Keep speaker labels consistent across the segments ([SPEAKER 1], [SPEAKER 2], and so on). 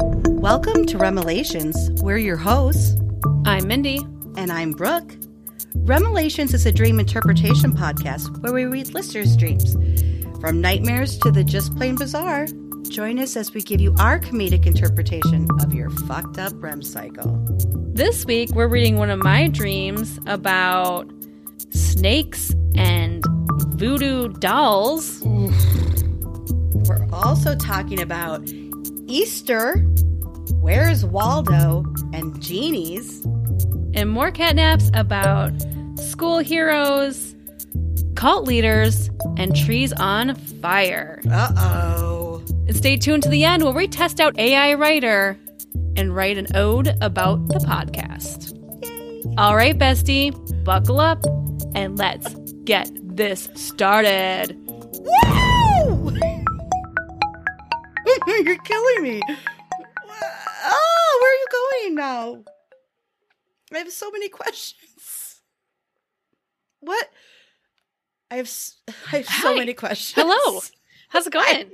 [SPEAKER 1] Welcome to Remelations. We're your hosts,
[SPEAKER 2] I'm Mindy.
[SPEAKER 1] and I'm Brooke. Remelations is a dream interpretation podcast where we read listeners' dreams. From nightmares to the just plain bizarre, join us as we give you our comedic interpretation of your fucked up REM cycle.
[SPEAKER 2] This week, we're reading one of my dreams about snakes and voodoo dolls.
[SPEAKER 1] We're also talking about Easter, Where's Waldo, and Genies.
[SPEAKER 2] and more catnaps about school heroes, cult leaders, and trees on fire.
[SPEAKER 1] Uh oh.
[SPEAKER 2] And stay tuned to the end where we test out AI Writer and write an ode about the podcast. All right, bestie, buckle up and let's get this started.
[SPEAKER 1] Woo! You're killing me. Oh, where are you going now? I have so many questions. What? I have s- I have so
[SPEAKER 2] Hi.
[SPEAKER 1] many questions.
[SPEAKER 2] Hello. How's it going?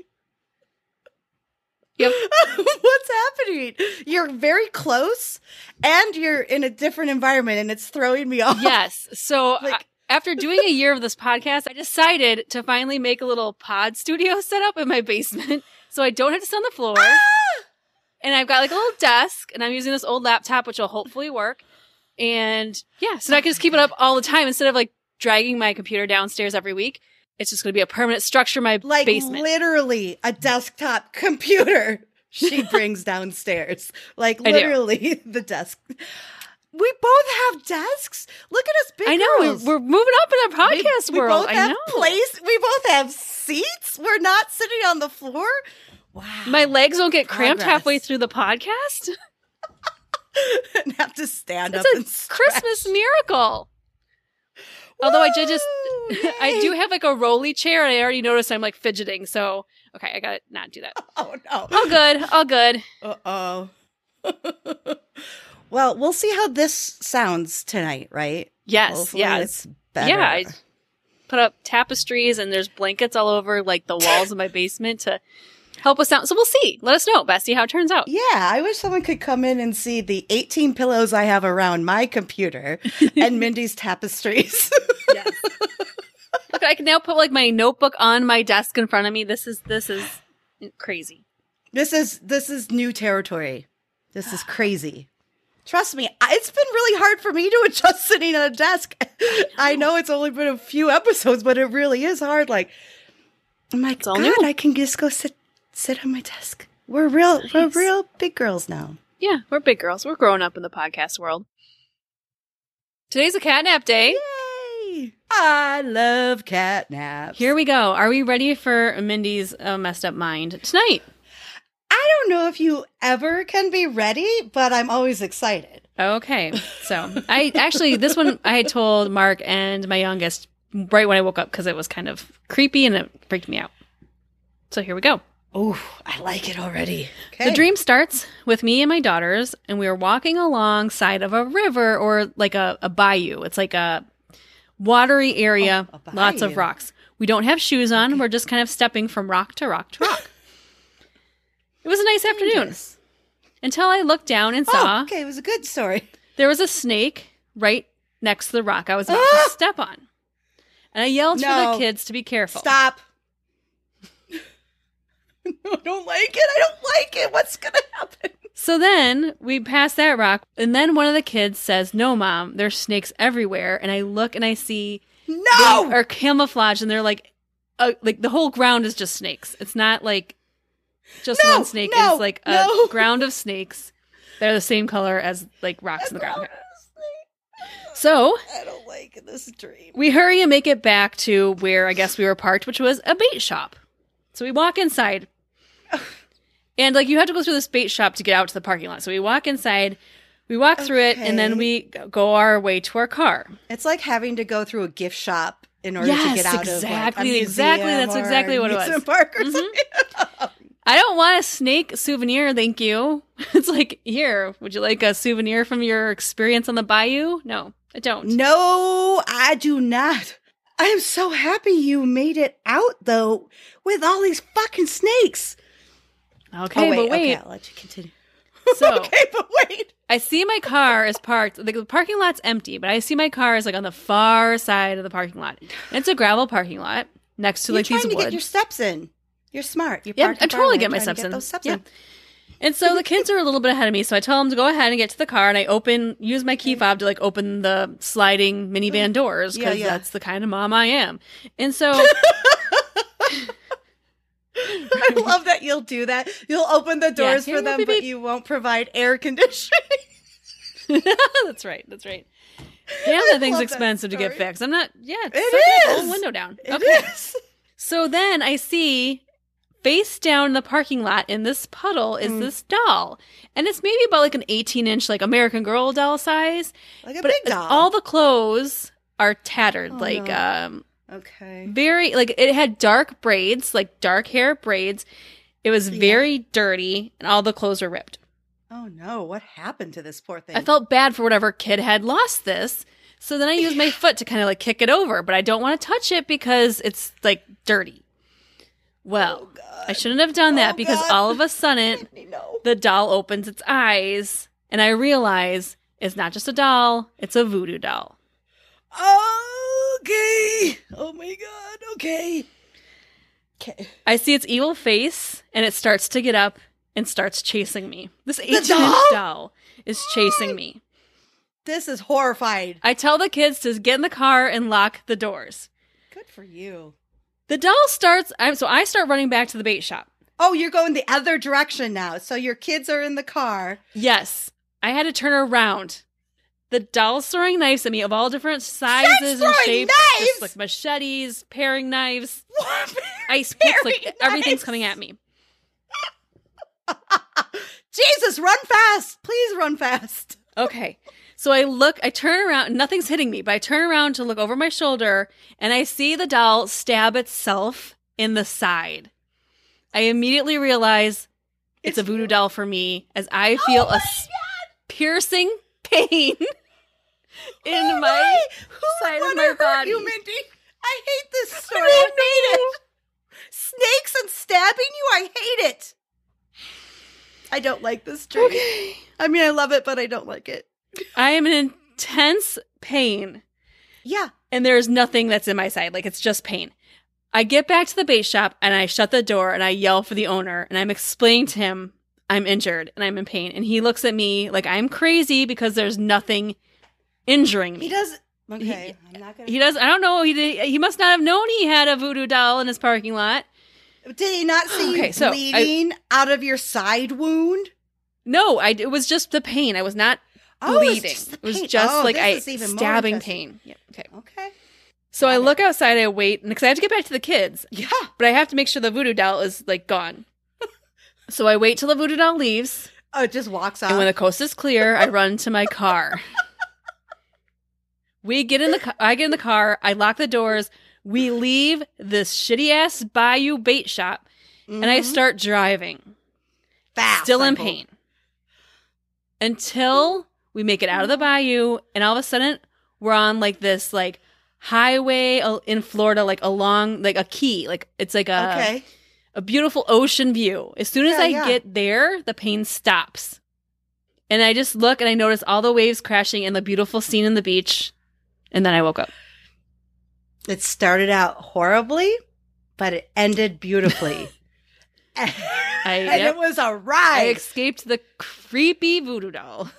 [SPEAKER 2] Yep.
[SPEAKER 1] What's happening? You're very close and you're in a different environment and it's throwing me off.
[SPEAKER 2] Yes. So
[SPEAKER 1] Like-
[SPEAKER 2] I- after doing a year of this podcast, I decided to finally make a little pod studio setup in my basement so I don't have to sit on the floor.
[SPEAKER 1] Ah!
[SPEAKER 2] And I've got like a little desk and I'm using this old laptop, which will hopefully work. And yeah, so now I can just keep it up all the time instead of like dragging my computer downstairs every week. It's just going to be a permanent structure in my
[SPEAKER 1] Like
[SPEAKER 2] basement.
[SPEAKER 1] literally a desktop computer she brings downstairs. Like
[SPEAKER 2] I do.
[SPEAKER 1] literally the desk. We both have desks. Look at us big
[SPEAKER 2] I know
[SPEAKER 1] girls.
[SPEAKER 2] we're, we're moving up in our podcast
[SPEAKER 1] we
[SPEAKER 2] world.
[SPEAKER 1] both
[SPEAKER 2] I
[SPEAKER 1] have
[SPEAKER 2] know.
[SPEAKER 1] place. We both have seats. We're not sitting on the floor. Wow.
[SPEAKER 2] my legs don't get cramped
[SPEAKER 1] Progress.
[SPEAKER 2] halfway through the podcast.
[SPEAKER 1] and have to stand up and
[SPEAKER 2] It's a
[SPEAKER 1] stretch.
[SPEAKER 2] Christmas miracle. Although I did just,
[SPEAKER 1] Woo!
[SPEAKER 2] I do
[SPEAKER 1] Yay.
[SPEAKER 2] have like a rolly chair, and I already noticed I'm like fidgeting. So okay, I gotta not do that.
[SPEAKER 1] Oh no.
[SPEAKER 2] All good, all good.
[SPEAKER 1] Uh oh. well, we'll see how this sounds tonight, right?
[SPEAKER 2] Yes,
[SPEAKER 1] Hopefully
[SPEAKER 2] yeah,
[SPEAKER 1] it's better.
[SPEAKER 2] Yeah, I- put up tapestries, and there's blankets all over like the walls of my basement to help us out. So we'll see. Let us know, Bessie, how it turns out.
[SPEAKER 1] Yeah, I wish someone could come in and see the 18 pillows I have around my computer and Mindy's tapestries.
[SPEAKER 2] Look, I can now put like my notebook on my desk in front of me. This is this is crazy.
[SPEAKER 1] this is this is new territory. This is crazy. Trust me, I- it's been really hard for me to adjust sitting at a desk. I know it's only been a few episodes, but it really is hard. Like, I'm like,
[SPEAKER 2] all
[SPEAKER 1] God,
[SPEAKER 2] new.
[SPEAKER 1] I can just go sit sit on my desk. We're real, we're
[SPEAKER 2] Nice.
[SPEAKER 1] real big girls now.
[SPEAKER 2] Yeah, we're big girls. We're growing up in the podcast world. Today's a catnap day.
[SPEAKER 1] Yay! I love catnaps.
[SPEAKER 2] Here we go. Are we ready for Mindy's uh, messed up mind tonight?
[SPEAKER 1] I don't know if you ever can be ready, but I'm always excited.
[SPEAKER 2] Okay. So I actually, this one I had told Mark and my youngest right when I woke up because it was kind of creepy and it freaked me out. So here we go.
[SPEAKER 1] Oh, I like it already.
[SPEAKER 2] The dream starts with me and my daughters, and we are walking alongside of a river or like a, a bayou. It's like a watery area,
[SPEAKER 1] Oh, a
[SPEAKER 2] lots of
[SPEAKER 1] bayou.
[SPEAKER 2] rocks. We don't have shoes on. We're just kind of stepping from rock to rock to rock. it was a nice afternoon
[SPEAKER 1] Dangerous.
[SPEAKER 2] until I looked down and saw
[SPEAKER 1] Oh, okay, it was a good story.
[SPEAKER 2] there was a snake right next to the rock I was about
[SPEAKER 1] Ah!
[SPEAKER 2] to step on. And I yelled for
[SPEAKER 1] No.
[SPEAKER 2] the kids to be careful.
[SPEAKER 1] Stop. I don't like it. I don't like it. What's gonna happen?
[SPEAKER 2] So then we pass that rock, and then one of the kids says, No, mom, there's snakes everywhere. And I look and I see
[SPEAKER 1] No.
[SPEAKER 2] they are camouflaged, and they're like, uh, like the whole ground is just snakes. It's not like just
[SPEAKER 1] No,
[SPEAKER 2] one snake.
[SPEAKER 1] no,
[SPEAKER 2] it's like a
[SPEAKER 1] no.
[SPEAKER 2] ground of snakes. They're the same color as like rocks in the ground. So
[SPEAKER 1] I don't like this dream.
[SPEAKER 2] we hurry and make it back to where I guess we were parked, which was a bait shop. So we walk inside. And like you have to go through this bait shop to get out to the parking lot. So we walk inside, we walk through it, and then
[SPEAKER 1] Okay.
[SPEAKER 2] we go our way to our car.
[SPEAKER 1] It's like having to go through a gift shop in order to
[SPEAKER 2] Yes,
[SPEAKER 1] get out
[SPEAKER 2] exactly,
[SPEAKER 1] of like, a
[SPEAKER 2] exactly.
[SPEAKER 1] museum
[SPEAKER 2] That's
[SPEAKER 1] or
[SPEAKER 2] exactly what it was.
[SPEAKER 1] amusement Park or
[SPEAKER 2] Mhm.
[SPEAKER 1] something.
[SPEAKER 2] I don't want a snake souvenir, thank you. It's like, here, would you like a souvenir from your experience on the bayou? No, I don't.
[SPEAKER 1] No, I do not. I am so happy you made it out though with all these fucking snakes.
[SPEAKER 2] Okay,
[SPEAKER 1] oh, wait,
[SPEAKER 2] but wait. Oh.
[SPEAKER 1] okay, I'll let you continue.
[SPEAKER 2] So
[SPEAKER 1] okay, but wait.
[SPEAKER 2] I see my car is parked. Like the parking lot's empty, but I see my car is like on the far side of the parking lot. And it's a gravel parking lot next to
[SPEAKER 1] You're
[SPEAKER 2] like
[SPEAKER 1] trying
[SPEAKER 2] these
[SPEAKER 1] to
[SPEAKER 2] woods.
[SPEAKER 1] get your steps in. You're smart. You're
[SPEAKER 2] Yeah,
[SPEAKER 1] parked
[SPEAKER 2] I
[SPEAKER 1] in
[SPEAKER 2] totally
[SPEAKER 1] farmland,
[SPEAKER 2] get my
[SPEAKER 1] trying to
[SPEAKER 2] steps in.
[SPEAKER 1] those steps
[SPEAKER 2] Yeah.
[SPEAKER 1] in.
[SPEAKER 2] And so the kids are a little bit ahead of me, so I tell them to go ahead and get to the car, and I open use my key fob to like open the sliding minivan doors
[SPEAKER 1] Yeah,
[SPEAKER 2] because
[SPEAKER 1] yeah.
[SPEAKER 2] that's the kind of mom I am. And so
[SPEAKER 1] I love that you'll do that. You'll open the doors
[SPEAKER 2] Yeah,
[SPEAKER 1] for them,
[SPEAKER 2] beep,
[SPEAKER 1] but
[SPEAKER 2] beep.
[SPEAKER 1] you won't provide air conditioning.
[SPEAKER 2] that's right, that's right. Damn, that thing's
[SPEAKER 1] love that
[SPEAKER 2] expensive to get
[SPEAKER 1] story.
[SPEAKER 2] fixed. I'm not. Yeah, it's
[SPEAKER 1] It
[SPEAKER 2] such a-
[SPEAKER 1] is.
[SPEAKER 2] roll the window down.
[SPEAKER 1] It
[SPEAKER 2] okay.
[SPEAKER 1] is.
[SPEAKER 2] So then I see face down in the parking lot in this puddle is
[SPEAKER 1] Mm.
[SPEAKER 2] this doll, and it's maybe about like an 18 inch like American Girl doll size,
[SPEAKER 1] Like a
[SPEAKER 2] but
[SPEAKER 1] big
[SPEAKER 2] it's-
[SPEAKER 1] doll.
[SPEAKER 2] all the clothes are tattered,
[SPEAKER 1] Oh,
[SPEAKER 2] like
[SPEAKER 1] no.
[SPEAKER 2] um.
[SPEAKER 1] okay.
[SPEAKER 2] very like it had dark braids, like dark hair braids. It was
[SPEAKER 1] Yeah.
[SPEAKER 2] very dirty, and all the clothes were ripped.
[SPEAKER 1] Oh no, what happened to this poor thing?
[SPEAKER 2] I felt bad for whatever kid had lost this. So then I used my foot to kind of like kick it over, but I don't want to touch it because it's like dirty. Well,
[SPEAKER 1] Oh, God.
[SPEAKER 2] I shouldn't have done that
[SPEAKER 1] Oh,
[SPEAKER 2] because
[SPEAKER 1] God.
[SPEAKER 2] all of a sudden
[SPEAKER 1] Let me know.
[SPEAKER 2] the doll opens its eyes, and I realize it's not just a doll, it's a voodoo doll.
[SPEAKER 1] Okay. Oh my god. Okay. Okay.
[SPEAKER 2] I see its evil face, and it starts to get up and starts chasing me. This 18 inch
[SPEAKER 1] doll?
[SPEAKER 2] doll is chasing me.
[SPEAKER 1] This is horrifying.
[SPEAKER 2] I tell the kids to get in the car and lock the doors.
[SPEAKER 1] Good for you.
[SPEAKER 2] The doll starts, I'm, so I start running back to the bait shop.
[SPEAKER 1] Oh, you're going the other direction now. So your kids are in the car.
[SPEAKER 2] Yes, I had to turn around. The doll's throwing knives at me of all different sizes and
[SPEAKER 1] throwing
[SPEAKER 2] shapes.
[SPEAKER 1] knives?
[SPEAKER 2] Just like machetes, paring knives,
[SPEAKER 1] What?
[SPEAKER 2] ice picks, like
[SPEAKER 1] Paring
[SPEAKER 2] everything's
[SPEAKER 1] knives.
[SPEAKER 2] coming at me.
[SPEAKER 1] Jesus, run fast. Please run fast.
[SPEAKER 2] Okay. So I look, I turn around, and nothing's hitting me, but I turn around to look over my shoulder and I see the doll stab itself in the side. I immediately realize
[SPEAKER 1] It's
[SPEAKER 2] it's,
[SPEAKER 1] Oh
[SPEAKER 2] a voodoo
[SPEAKER 1] real.
[SPEAKER 2] doll for me as I feel a s- piercing pain
[SPEAKER 1] Oh
[SPEAKER 2] in my.
[SPEAKER 1] Who
[SPEAKER 2] side of
[SPEAKER 1] would
[SPEAKER 2] my
[SPEAKER 1] wanna hurt
[SPEAKER 2] body.
[SPEAKER 1] You, Mindy. I hate this story.
[SPEAKER 2] don't
[SPEAKER 1] I hate it. Snakes and stabbing you. I hate it. I don't like this dream.
[SPEAKER 2] Okay.
[SPEAKER 1] I mean, I love it, but I don't like it.
[SPEAKER 2] I am in intense pain.
[SPEAKER 1] Yeah.
[SPEAKER 2] and there's nothing that's in my side. Like it's just pain. I get back to the bait shop and I shut the door and I yell for the owner and I'm explaining to him I'm injured and I'm in pain. And he looks at me like I'm crazy because there's nothing injuring
[SPEAKER 1] He
[SPEAKER 2] me.
[SPEAKER 1] does. Okay. I'm not gonna.
[SPEAKER 2] He does. I don't know. He did, he must not have known he had a voodoo doll in his parking lot.
[SPEAKER 1] Did he not see
[SPEAKER 2] Okay,
[SPEAKER 1] you
[SPEAKER 2] so I-
[SPEAKER 1] bleeding out of your side wound?
[SPEAKER 2] No, I, it was just the pain. I was not
[SPEAKER 1] Oh,
[SPEAKER 2] bleeding.
[SPEAKER 1] it's just the
[SPEAKER 2] It was
[SPEAKER 1] pain.
[SPEAKER 2] just
[SPEAKER 1] Oh,
[SPEAKER 2] like
[SPEAKER 1] this
[SPEAKER 2] I
[SPEAKER 1] is even more
[SPEAKER 2] stabbing
[SPEAKER 1] interesting.
[SPEAKER 2] pain. Yeah, okay.
[SPEAKER 1] Okay.
[SPEAKER 2] So I
[SPEAKER 1] Got it.
[SPEAKER 2] look outside. I wait because I have to get back to the kids.
[SPEAKER 1] Yeah.
[SPEAKER 2] but I have to make sure the voodoo doll is like gone. so I wait till the voodoo doll leaves,
[SPEAKER 1] Oh, it just walks off.
[SPEAKER 2] and when the coast is clear, I run to my car. we get in the ca- I get in the car, I lock the doors, we leave this shitty ass bayou bait shop, and I
[SPEAKER 1] Mhm.
[SPEAKER 2] start driving,
[SPEAKER 1] Fast,
[SPEAKER 2] still
[SPEAKER 1] I
[SPEAKER 2] in
[SPEAKER 1] hope.
[SPEAKER 2] pain. Until we make it out of the bayou, and all of a sudden we're on like this like highway uh, in Florida, like along like a key, like it's like a
[SPEAKER 1] Okay.
[SPEAKER 2] a beautiful ocean view. As soon as
[SPEAKER 1] Yeah,
[SPEAKER 2] I
[SPEAKER 1] yeah.
[SPEAKER 2] get there, the pain stops. And I just look and I notice all the waves crashing and the beautiful scene in the beach. And then I woke up.
[SPEAKER 1] It started out horribly, but it ended beautifully. and
[SPEAKER 2] yep.
[SPEAKER 1] it was a
[SPEAKER 2] I
[SPEAKER 1] ride.
[SPEAKER 2] escaped the creepy voodoo doll.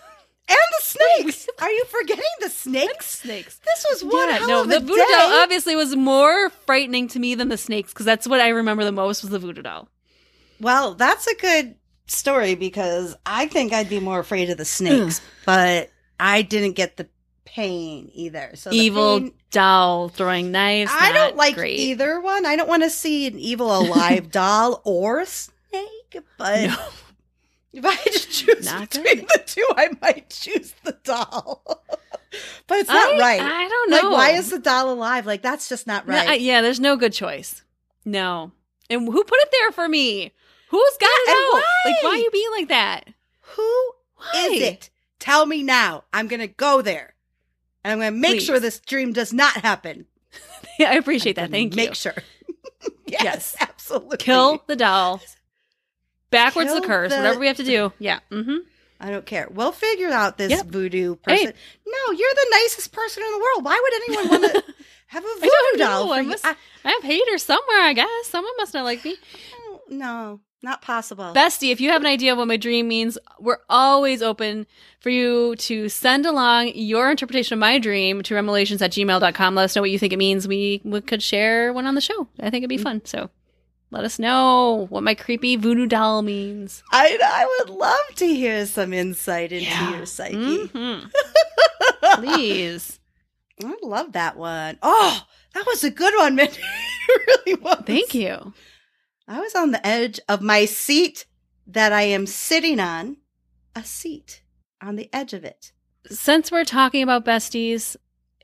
[SPEAKER 1] and the snakes. Are you forgetting the snakes?
[SPEAKER 2] Snakes.
[SPEAKER 1] This was one
[SPEAKER 2] Yeah,
[SPEAKER 1] hell
[SPEAKER 2] no,
[SPEAKER 1] of
[SPEAKER 2] the
[SPEAKER 1] a
[SPEAKER 2] voodoo
[SPEAKER 1] day.
[SPEAKER 2] doll obviously was more frightening to me than the snakes because that's what I remember the most was the voodoo doll.
[SPEAKER 1] well, that's a good story because I think I'd be more afraid of the snakes, but I didn't get the pain either. So the
[SPEAKER 2] evil
[SPEAKER 1] pain-
[SPEAKER 2] doll throwing knives.
[SPEAKER 1] I
[SPEAKER 2] not
[SPEAKER 1] don't like
[SPEAKER 2] great.
[SPEAKER 1] either one. I don't want to see an evil alive doll or a snake, but
[SPEAKER 2] No.
[SPEAKER 1] if I had to choose
[SPEAKER 2] Not
[SPEAKER 1] between
[SPEAKER 2] good.
[SPEAKER 1] the two, I might choose the doll. but it's not
[SPEAKER 2] I-
[SPEAKER 1] right.
[SPEAKER 2] I don't know.
[SPEAKER 1] like, why is the doll alive? Like, that's just not
[SPEAKER 2] No,
[SPEAKER 1] right.
[SPEAKER 2] I- yeah, there's no good choice. No. And who put it there for me? Who's got it
[SPEAKER 1] and
[SPEAKER 2] out? Like, why
[SPEAKER 1] why?
[SPEAKER 2] are you being like that?
[SPEAKER 1] Who
[SPEAKER 2] Why?
[SPEAKER 1] is it? Tell me now. I'm going to go there. And I'm going to make
[SPEAKER 2] Please.
[SPEAKER 1] sure this dream does not happen.
[SPEAKER 2] Yeah, I appreciate that.
[SPEAKER 1] I'm gonna
[SPEAKER 2] Thank
[SPEAKER 1] make
[SPEAKER 2] you.
[SPEAKER 1] sure. yes,
[SPEAKER 2] Yes.
[SPEAKER 1] absolutely.
[SPEAKER 2] Kill the doll. Backwards
[SPEAKER 1] Kill
[SPEAKER 2] the curse.
[SPEAKER 1] the-
[SPEAKER 2] Whatever we have to do. Yeah. Mm-hmm.
[SPEAKER 1] I don't care. We'll figure out this
[SPEAKER 2] Yep.
[SPEAKER 1] voodoo
[SPEAKER 2] Hey.
[SPEAKER 1] person. No, you're the nicest person in the world. Why would anyone want to have a voodoo
[SPEAKER 2] don't
[SPEAKER 1] doll?
[SPEAKER 2] know. I
[SPEAKER 1] for you?
[SPEAKER 2] must-
[SPEAKER 1] I-
[SPEAKER 2] I have haters somewhere, I guess. Someone must not like me.
[SPEAKER 1] I don't- no, not possible.
[SPEAKER 2] Bestie, if you have an idea of what my dream means, we're always open for you to send along your interpretation of my dream to revelations at gmail.com. Let us know what you think it means. We, we could share one on the show. I think it'd be fun. So let us know what my creepy voodoo doll means.
[SPEAKER 1] I, I would love to hear some insight into
[SPEAKER 2] Yeah.
[SPEAKER 1] your psyche.
[SPEAKER 2] Mhm. Please.
[SPEAKER 1] I love that one. Oh, that was a good one, Mindy. it really was.
[SPEAKER 2] Thank you.
[SPEAKER 1] I was on the edge of my seat that I am sitting on, a seat on the edge of it.
[SPEAKER 2] Since we're talking about besties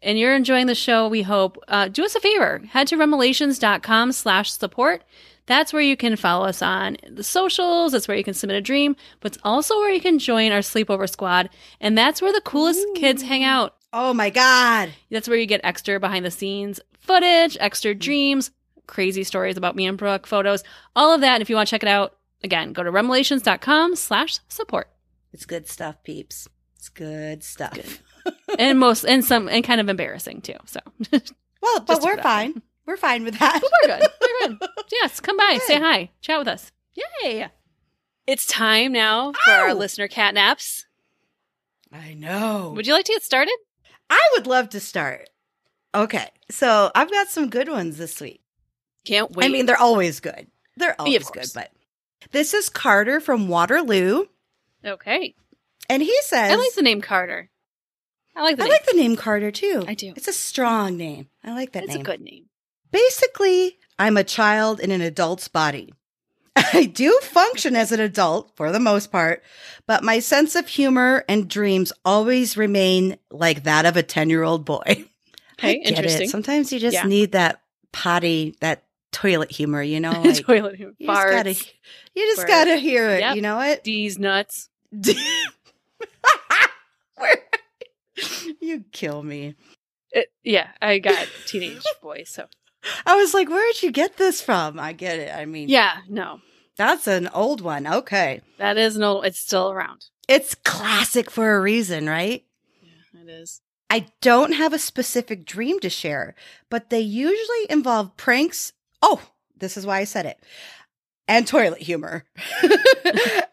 [SPEAKER 2] and you're enjoying the show, we hope, uh, do us a favor. Head to remelations.com slash support. That's where you can follow us on the socials. That's where you can submit a dream, but it's also where you can join our sleepover squad. And that's where the coolest
[SPEAKER 1] Ooh.
[SPEAKER 2] kids hang out.
[SPEAKER 1] Oh my God.
[SPEAKER 2] That's where you get extra behind the scenes footage, extra dreams, crazy stories about me and Brooke, photos, all of that. And if you want to check it out, again, go to remelations.com slash support.
[SPEAKER 1] It's good stuff, peeps. It's good stuff.
[SPEAKER 2] and most and some and kind of embarrassing too. So
[SPEAKER 1] Well,
[SPEAKER 2] Just
[SPEAKER 1] but we're
[SPEAKER 2] about that.
[SPEAKER 1] fine. We're fine with that.
[SPEAKER 2] we're good. We're good. Yes, come by, say
[SPEAKER 1] Good.
[SPEAKER 2] hi, chat with us. Yay! It's time now for our
[SPEAKER 1] Ow!
[SPEAKER 2] listener cat naps.
[SPEAKER 1] I know.
[SPEAKER 2] Would you like to get started?
[SPEAKER 1] I would love to start. Okay. So I've got some good ones this week.
[SPEAKER 2] Can't wait.
[SPEAKER 1] I mean, they're always good. They're always good,
[SPEAKER 2] course.
[SPEAKER 1] but this is Carter from Waterloo.
[SPEAKER 2] okay.
[SPEAKER 1] And he says,
[SPEAKER 2] I like the name Carter. I like the
[SPEAKER 1] I
[SPEAKER 2] name.
[SPEAKER 1] like the name Carter too.
[SPEAKER 2] I do.
[SPEAKER 1] It's a strong name. I like that
[SPEAKER 2] it's
[SPEAKER 1] name.
[SPEAKER 2] a good name.
[SPEAKER 1] Basically, I'm a child in an adult's body. I do function as an adult for the most part, but my sense of humor and dreams always remain like that of a 10 year old boy. I
[SPEAKER 2] Okay,
[SPEAKER 1] get
[SPEAKER 2] interesting.
[SPEAKER 1] It. Sometimes you just
[SPEAKER 2] Yeah.
[SPEAKER 1] need that potty, that toilet humor, you know? Like,
[SPEAKER 2] Toilet humor.
[SPEAKER 1] you just
[SPEAKER 2] Farts.
[SPEAKER 1] gotta, you just
[SPEAKER 2] Farts.
[SPEAKER 1] gotta hear it.
[SPEAKER 2] Yep.
[SPEAKER 1] You know what?
[SPEAKER 2] D's nuts.
[SPEAKER 1] Where- you kill me.
[SPEAKER 2] It- yeah, I got teenage boys. So
[SPEAKER 1] I was like, where'd you get this from? I get it. I mean,
[SPEAKER 2] yeah, no,
[SPEAKER 1] that's an old one. Okay.
[SPEAKER 2] that is no. It's still around.
[SPEAKER 1] It's classic for a reason, right?
[SPEAKER 2] Yeah, it is.
[SPEAKER 1] I don't have a specific dream to share, but they usually involve pranks. Oh, this is why I said it. And toilet humor.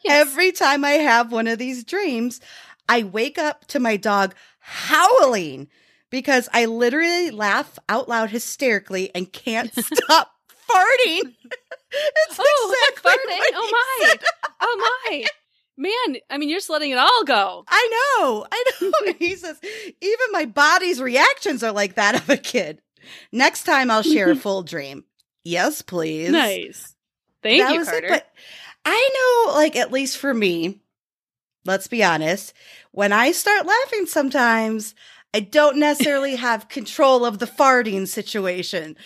[SPEAKER 1] Every time I have one of these dreams, I wake up to my dog howling because I literally laugh out loud hysterically and can't stop farting. it's
[SPEAKER 2] Oh,
[SPEAKER 1] exactly
[SPEAKER 2] farting.
[SPEAKER 1] what
[SPEAKER 2] Oh
[SPEAKER 1] he
[SPEAKER 2] my. Oh my. Man, I mean, you're just letting it all go.
[SPEAKER 1] I know. I know. he says, even my body's reactions are like that of a kid. Next time I'll share a full dream. Yes, please.
[SPEAKER 2] nice. Thank
[SPEAKER 1] That
[SPEAKER 2] you,
[SPEAKER 1] was it,
[SPEAKER 2] Carter.
[SPEAKER 1] but I know, like, at least for me, let's be honest, when I start laughing sometimes, I don't necessarily have control of the farting situation.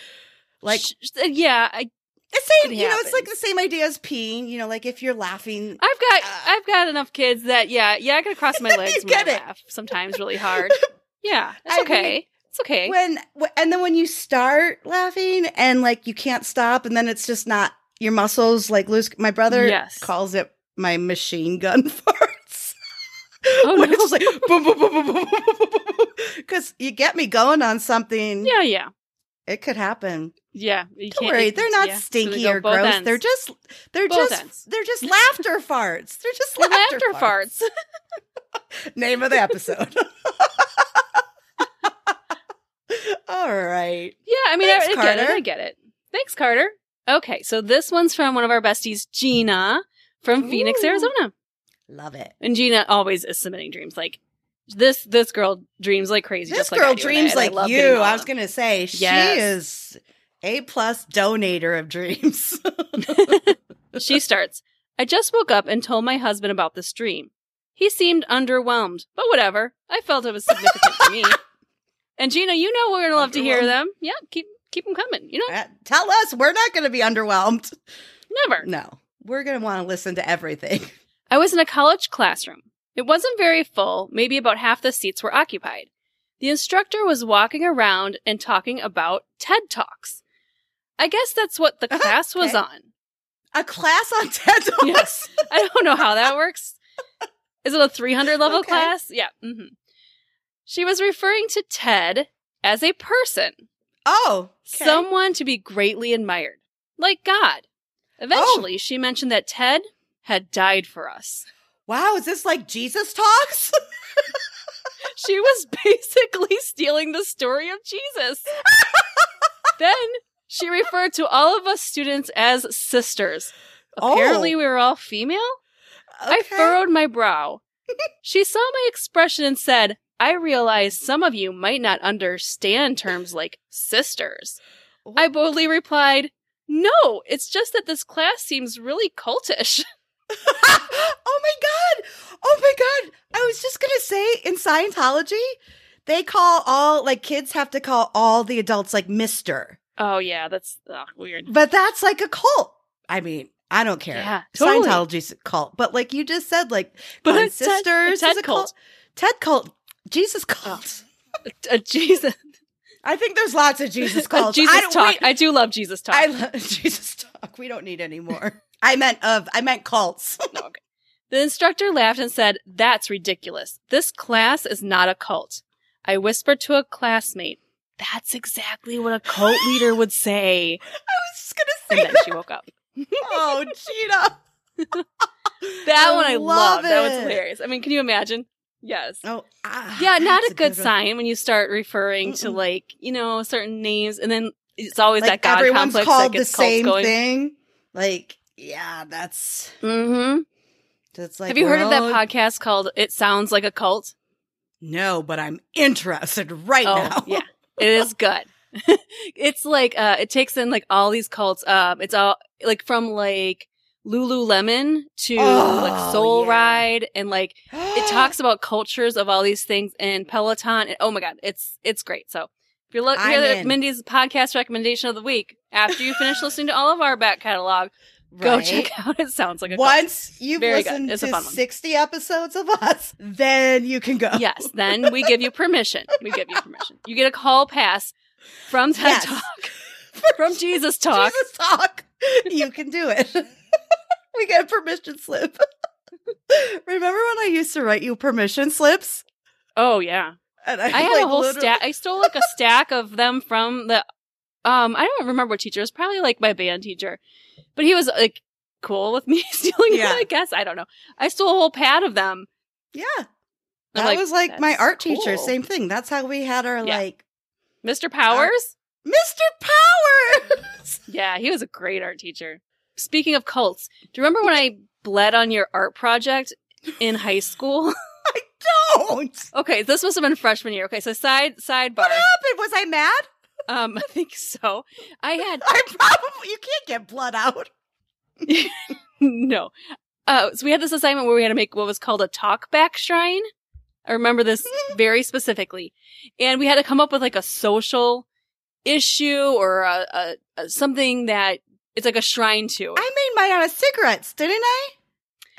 [SPEAKER 1] Like,
[SPEAKER 2] Sh- sh- yeah, I,
[SPEAKER 1] it's same,
[SPEAKER 2] it
[SPEAKER 1] you know, it's like the
[SPEAKER 2] happens.
[SPEAKER 1] same idea as peeing. You know, like if you're laughing,
[SPEAKER 2] I've got,
[SPEAKER 1] Uh.
[SPEAKER 2] I've got enough kids that, yeah, yeah, I gotta cross my legs.
[SPEAKER 1] You
[SPEAKER 2] when I
[SPEAKER 1] get it.
[SPEAKER 2] laugh sometimes really hard. Yeah, it's
[SPEAKER 1] I mean,
[SPEAKER 2] okay. it's okay.
[SPEAKER 1] when wh- and then when you start laughing and like you can't stop and then it's just not your muscles like loose my brother
[SPEAKER 2] Yes.
[SPEAKER 1] calls it my machine gun farts
[SPEAKER 2] Oh,
[SPEAKER 1] When
[SPEAKER 2] no.
[SPEAKER 1] it's just like boom boom boom boom boom boom because you get me going on something
[SPEAKER 2] yeah, yeah,
[SPEAKER 1] it could happen
[SPEAKER 2] yeah. You
[SPEAKER 1] don't worry
[SPEAKER 2] it-
[SPEAKER 1] they're not
[SPEAKER 2] yeah, it's gonna
[SPEAKER 1] stinky
[SPEAKER 2] go
[SPEAKER 1] or
[SPEAKER 2] both
[SPEAKER 1] gross
[SPEAKER 2] ends.
[SPEAKER 1] they're just they're
[SPEAKER 2] Both
[SPEAKER 1] just
[SPEAKER 2] ends.
[SPEAKER 1] they're just laughter farts they're just
[SPEAKER 2] They're
[SPEAKER 1] laughter,
[SPEAKER 2] laughter farts.
[SPEAKER 1] farts name of the episode all right
[SPEAKER 2] Yeah, I mean,
[SPEAKER 1] Thanks,
[SPEAKER 2] I, I get it.
[SPEAKER 1] Carter.
[SPEAKER 2] I get it. Thanks, Carter. Okay, so this one's from one of our besties, Gina from Phoenix,
[SPEAKER 1] Ooh.
[SPEAKER 2] Arizona.
[SPEAKER 1] love it
[SPEAKER 2] And Gina always is submitting dreams. Like this, this girl dreams like crazy.
[SPEAKER 1] This
[SPEAKER 2] just
[SPEAKER 1] girl
[SPEAKER 2] like I do, and I-
[SPEAKER 1] dreams
[SPEAKER 2] and I
[SPEAKER 1] like
[SPEAKER 2] love getting
[SPEAKER 1] you.
[SPEAKER 2] all
[SPEAKER 1] I
[SPEAKER 2] of
[SPEAKER 1] was gonna say she
[SPEAKER 2] Yes.
[SPEAKER 1] is a plus donator of dreams.
[SPEAKER 2] She starts, I just woke up and told my husband about this dream. He seemed underwhelmed, but whatever. I felt it was significant to me. And Gina, you know we're gonna love to hear
[SPEAKER 1] Underwhelmed.
[SPEAKER 2] them. Yeah, keep keep them coming. You know,
[SPEAKER 1] Uh, Tell us, we're not gonna be underwhelmed.
[SPEAKER 2] never.
[SPEAKER 1] No, we're gonna want to listen to everything.
[SPEAKER 2] I was in a college classroom. It wasn't very full, maybe about half the seats were occupied. The instructor was walking around and talking about TED Talks. I guess that's what the class was
[SPEAKER 1] Okay.
[SPEAKER 2] on.
[SPEAKER 1] A class on TED Talks.
[SPEAKER 2] Yes. I don't know how that works. Is it a 300 level
[SPEAKER 1] Okay.
[SPEAKER 2] class? Yeah. hmm She was referring to Ted as a person,
[SPEAKER 1] Oh, okay.
[SPEAKER 2] someone to be greatly admired, like God.
[SPEAKER 1] Oh.
[SPEAKER 2] Eventually, she mentioned that Ted had died for us.
[SPEAKER 1] Wow, is this like Jesus talks?
[SPEAKER 2] She was basically stealing the story of Jesus. then she referred to all of us students as sisters.
[SPEAKER 1] Oh.
[SPEAKER 2] Apparently, we were all female. I
[SPEAKER 1] Okay.
[SPEAKER 2] furrowed my brow. she saw my expression and said, I realize some of you might not understand terms like sisters. I boldly replied, No, it's just that this class seems really cultish.
[SPEAKER 1] oh my god! Oh my god! I was just gonna say in Scientology, they call all like kids have to call all the adults like Mister,
[SPEAKER 2] Oh, yeah, that's ugh, weird.
[SPEAKER 1] but that's like a cult. I mean, I don't care.
[SPEAKER 2] Yeah, totally.
[SPEAKER 1] Scientology's a cult, but like you just said, like
[SPEAKER 2] But
[SPEAKER 1] Glenn
[SPEAKER 2] it's Ted-
[SPEAKER 1] sisters
[SPEAKER 2] Ted
[SPEAKER 1] is a cult.
[SPEAKER 2] cult. Oh.
[SPEAKER 1] Ted cult, Jesus cult.
[SPEAKER 2] A Uh, Jesus,
[SPEAKER 1] I think there's lots of Jesus
[SPEAKER 2] a
[SPEAKER 1] cults. I
[SPEAKER 2] Jesus
[SPEAKER 1] don't-
[SPEAKER 2] talk.
[SPEAKER 1] we-
[SPEAKER 2] I do love Jesus talk.
[SPEAKER 1] I love Jesus talk. We don't need any more. I meant of. I meant cults.
[SPEAKER 2] No, okay. The instructor laughed and said, That's ridiculous. This class is not a cult. I whispered to a classmate, That's exactly what a cult leader would say.
[SPEAKER 1] I was just
[SPEAKER 2] And
[SPEAKER 1] gonna say
[SPEAKER 2] then she woke up.
[SPEAKER 1] Oh, Gina.
[SPEAKER 2] That
[SPEAKER 1] I
[SPEAKER 2] one I
[SPEAKER 1] love
[SPEAKER 2] love. That was
[SPEAKER 1] it.
[SPEAKER 2] hilarious. I mean, can you imagine? Yes.
[SPEAKER 1] Oh, ah,
[SPEAKER 2] Yeah, not
[SPEAKER 1] that's
[SPEAKER 2] a good
[SPEAKER 1] one.
[SPEAKER 2] sign when you start referring to
[SPEAKER 1] Mm-mm.
[SPEAKER 2] like, you know, certain names and then it's always
[SPEAKER 1] Like
[SPEAKER 2] that God
[SPEAKER 1] everyone's
[SPEAKER 2] complex
[SPEAKER 1] called
[SPEAKER 2] that
[SPEAKER 1] the
[SPEAKER 2] gets
[SPEAKER 1] same
[SPEAKER 2] cults going.
[SPEAKER 1] thing. Like, yeah, that's
[SPEAKER 2] Mm-hmm.
[SPEAKER 1] that's like.
[SPEAKER 2] Have you heard of that
[SPEAKER 1] well,
[SPEAKER 2] podcast called It Sounds Like a Cult?
[SPEAKER 1] No, but I'm interested right now.
[SPEAKER 2] Oh, yeah, it is good. it's like uh, it takes in like all these cults. Um, it's all like from like Lululemon to
[SPEAKER 1] Oh,
[SPEAKER 2] like Soul
[SPEAKER 1] yeah.
[SPEAKER 2] Ride, and like it talks about cultures of all these things and Peloton. And, oh my god, it's it's great. So if you're looking
[SPEAKER 1] I'm
[SPEAKER 2] at
[SPEAKER 1] in.
[SPEAKER 2] Mindy's podcast recommendation of the week, after you finish listening to all of our back catalog, go
[SPEAKER 1] Right?
[SPEAKER 2] check out. It sounds like a cult.
[SPEAKER 1] Once you've
[SPEAKER 2] Very good.
[SPEAKER 1] listened
[SPEAKER 2] It's a
[SPEAKER 1] to
[SPEAKER 2] fun one.
[SPEAKER 1] 60 episodes of us, then you can go.
[SPEAKER 2] Yes, then we give you permission. We give you permission. You get a call pass from TED
[SPEAKER 1] Yes.
[SPEAKER 2] Talk, from Jesus Talk.
[SPEAKER 1] Jesus talk. You can do it. we get a permission slip. Remember when I used to write you permission slips?
[SPEAKER 2] Oh yeah,
[SPEAKER 1] And
[SPEAKER 2] I had
[SPEAKER 1] like,
[SPEAKER 2] a whole
[SPEAKER 1] literally-
[SPEAKER 2] stack. I stole like a stack of them from the. Um, I don't remember what teacher. It was probably like my band teacher, but he was like cool with me stealing.
[SPEAKER 1] Yeah.
[SPEAKER 2] them, I guess I don't know. I stole a whole pad of them.
[SPEAKER 1] Yeah.
[SPEAKER 2] I'm
[SPEAKER 1] That was like my
[SPEAKER 2] "That's
[SPEAKER 1] art teacher.
[SPEAKER 2] cool."
[SPEAKER 1] Same thing. That's how we had our
[SPEAKER 2] Yeah.
[SPEAKER 1] like
[SPEAKER 2] Mr.
[SPEAKER 1] Uh,
[SPEAKER 2] Powers.
[SPEAKER 1] Mr. Powers.
[SPEAKER 2] Yeah, he was a great art teacher. Speaking of cults, do you remember when I bled on your art project in high school?
[SPEAKER 1] Don't.
[SPEAKER 2] okay, this must have been freshman year. Okay, so side sidebar.
[SPEAKER 1] What happened? Was I mad?
[SPEAKER 2] Um, I think so. I had
[SPEAKER 1] I probably you can't get blood out.
[SPEAKER 2] no. Uh, so we had this assignment where we had to make what was called a talk back shrine. I remember this very specifically. And we had to come up with like a social issue or a, a, a something that it's like a shrine to.
[SPEAKER 1] I made mine out of cigarettes, didn't I?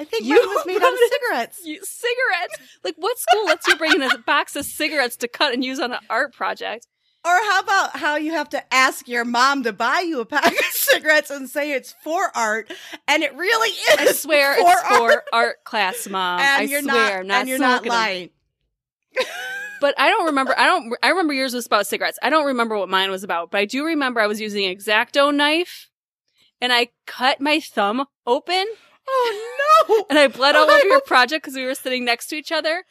[SPEAKER 1] I think
[SPEAKER 2] You
[SPEAKER 1] mine was made out of
[SPEAKER 2] wrote it.
[SPEAKER 1] cigarettes.
[SPEAKER 2] You- cigarettes. Like what school lets you bring in a box of cigarettes to cut and use on an art project?
[SPEAKER 1] Or how about how you have to ask your mom to buy you a pack of cigarettes and say it's for art, and it really is.
[SPEAKER 2] I swear
[SPEAKER 1] for
[SPEAKER 2] it's for
[SPEAKER 1] art.
[SPEAKER 2] art. class, mom.
[SPEAKER 1] And
[SPEAKER 2] I
[SPEAKER 1] you're
[SPEAKER 2] swear,
[SPEAKER 1] not,
[SPEAKER 2] not
[SPEAKER 1] and you're not
[SPEAKER 2] smoking 'em.
[SPEAKER 1] lying.
[SPEAKER 2] But I don't remember. I don't. I remember yours was about cigarettes. I don't remember what mine was about. But I do remember I was using an exacto knife, and I cut my thumb open,
[SPEAKER 1] Oh no!
[SPEAKER 2] and I bled all
[SPEAKER 1] Oh my
[SPEAKER 2] over your project because we were sitting next to each other,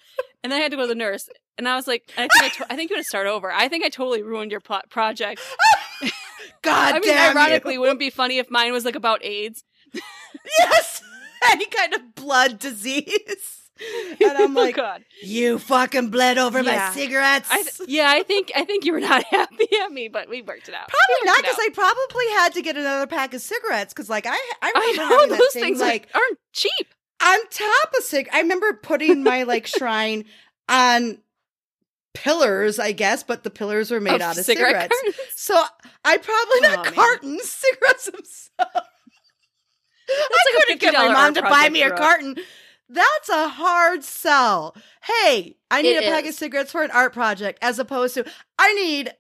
[SPEAKER 2] and then I had to go to the nurse. And I was like, I think I, to- I think you had to start over. I think I totally ruined your plot project.
[SPEAKER 1] God
[SPEAKER 2] I mean,
[SPEAKER 1] damn
[SPEAKER 2] ironically,
[SPEAKER 1] you.
[SPEAKER 2] wouldn't it be funny if mine was like about AIDS?
[SPEAKER 1] yes, any kind of blood disease. And I'm
[SPEAKER 2] Oh,
[SPEAKER 1] like,
[SPEAKER 2] God,
[SPEAKER 1] you fucking bled over my
[SPEAKER 2] Yeah.
[SPEAKER 1] cigarettes.
[SPEAKER 2] I th- yeah, I think I think you were not happy at me, but we worked it out.
[SPEAKER 1] probably
[SPEAKER 2] We
[SPEAKER 1] not
[SPEAKER 2] worked it
[SPEAKER 1] because
[SPEAKER 2] out.
[SPEAKER 1] I probably had to get another pack of cigarettes because, like, I I
[SPEAKER 2] I
[SPEAKER 1] remember
[SPEAKER 2] know
[SPEAKER 1] having
[SPEAKER 2] those
[SPEAKER 1] that thing,
[SPEAKER 2] things
[SPEAKER 1] like
[SPEAKER 2] like aren't cheap.
[SPEAKER 1] on top of cig. I remember putting my like shrine on pillars, I guess, but the pillars were made out of
[SPEAKER 2] cigarette
[SPEAKER 1] cigarettes.
[SPEAKER 2] cartons.
[SPEAKER 1] So I probably
[SPEAKER 2] Oh,
[SPEAKER 1] not
[SPEAKER 2] man.
[SPEAKER 1] carton cigarettes themselves.
[SPEAKER 2] That's
[SPEAKER 1] I
[SPEAKER 2] like a
[SPEAKER 1] couldn't get my
[SPEAKER 2] $50
[SPEAKER 1] mom to buy
[SPEAKER 2] project
[SPEAKER 1] me a
[SPEAKER 2] for us.
[SPEAKER 1] carton. That's a hard sell. Hey, I need
[SPEAKER 2] It
[SPEAKER 1] a pack of
[SPEAKER 2] is.
[SPEAKER 1] cigarettes for an art project, as opposed to I need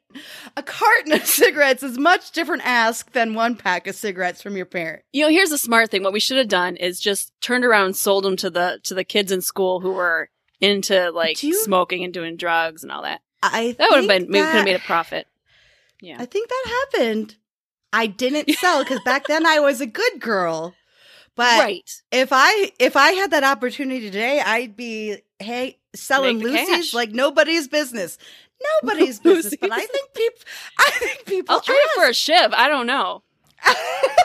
[SPEAKER 1] a carton of cigarettes is much different ask than one pack of cigarettes from your parent.
[SPEAKER 2] You know, here's the smart thing. What we should have done is just turned around and sold them to the to the kids in school who were into like
[SPEAKER 1] Do you-
[SPEAKER 2] smoking and doing drugs and all that.
[SPEAKER 1] I
[SPEAKER 2] That would have
[SPEAKER 1] think
[SPEAKER 2] been we could
[SPEAKER 1] that-
[SPEAKER 2] have made a profit. Yeah.
[SPEAKER 1] I think that happened. I didn't sell because back then I was a good girl. But
[SPEAKER 2] right.
[SPEAKER 1] if I if I had that opportunity today, I'd be hey selling
[SPEAKER 2] Make the
[SPEAKER 1] Lucy's
[SPEAKER 2] cash.
[SPEAKER 1] like nobody's business. Nobody's business. But I
[SPEAKER 2] Lucy's. Oh,
[SPEAKER 1] think people I think people
[SPEAKER 2] I'll trade it for a shiv. I don't know.
[SPEAKER 1] ask.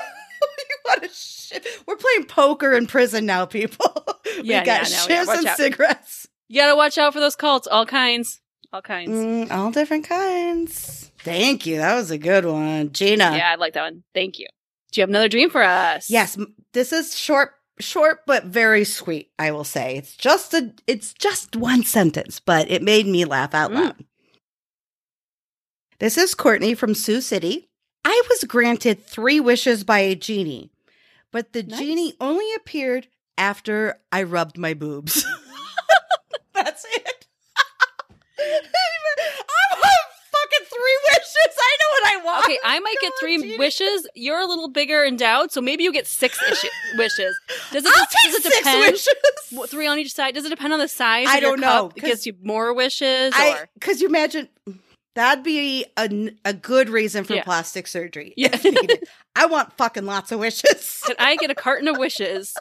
[SPEAKER 1] You want a shiv- We're playing poker in prison now, people.
[SPEAKER 2] Yeah,
[SPEAKER 1] we got
[SPEAKER 2] yeah, no,
[SPEAKER 1] shivs
[SPEAKER 2] yeah, watch
[SPEAKER 1] and
[SPEAKER 2] out.
[SPEAKER 1] cigarettes.
[SPEAKER 2] You gotta watch out for those cults, all kinds. All kinds.
[SPEAKER 1] Mm, all different kinds. Thank you. That was a good one. Gina.
[SPEAKER 2] Yeah, I like that one. Thank you. Do you have another dream for us?
[SPEAKER 1] Yes, m- this is short short but very sweet, I will say. It's just a it's just one sentence, but it made me laugh out
[SPEAKER 2] Mm.
[SPEAKER 1] loud. This is Courtney from Sioux City. I was granted 3 wishes by a genie, but the
[SPEAKER 2] Nice.
[SPEAKER 1] genie only appeared after I rubbed my boobs. That's it. I'm on fucking 3 wishes. I know what I want.
[SPEAKER 2] Okay, I might get three
[SPEAKER 1] Genie.
[SPEAKER 2] wishes. You're a little bigger endowed, so maybe you get six ishi- wishes. Does it,
[SPEAKER 1] I'll
[SPEAKER 2] does,
[SPEAKER 1] take
[SPEAKER 2] it
[SPEAKER 1] six
[SPEAKER 2] depend?
[SPEAKER 1] wishes.
[SPEAKER 2] Wh- Three on each side. Does it depend on the size?
[SPEAKER 1] I
[SPEAKER 2] of your
[SPEAKER 1] don't know,
[SPEAKER 2] cup? It
[SPEAKER 1] 'cause-
[SPEAKER 2] gives you more wishes.
[SPEAKER 1] I
[SPEAKER 2] or
[SPEAKER 1] because you imagine that'd be a, n- a good reason for
[SPEAKER 2] Yeah.
[SPEAKER 1] plastic surgery.
[SPEAKER 2] Yeah.
[SPEAKER 1] if needed. I want fucking lots of wishes.
[SPEAKER 2] can I get a carton of wishes?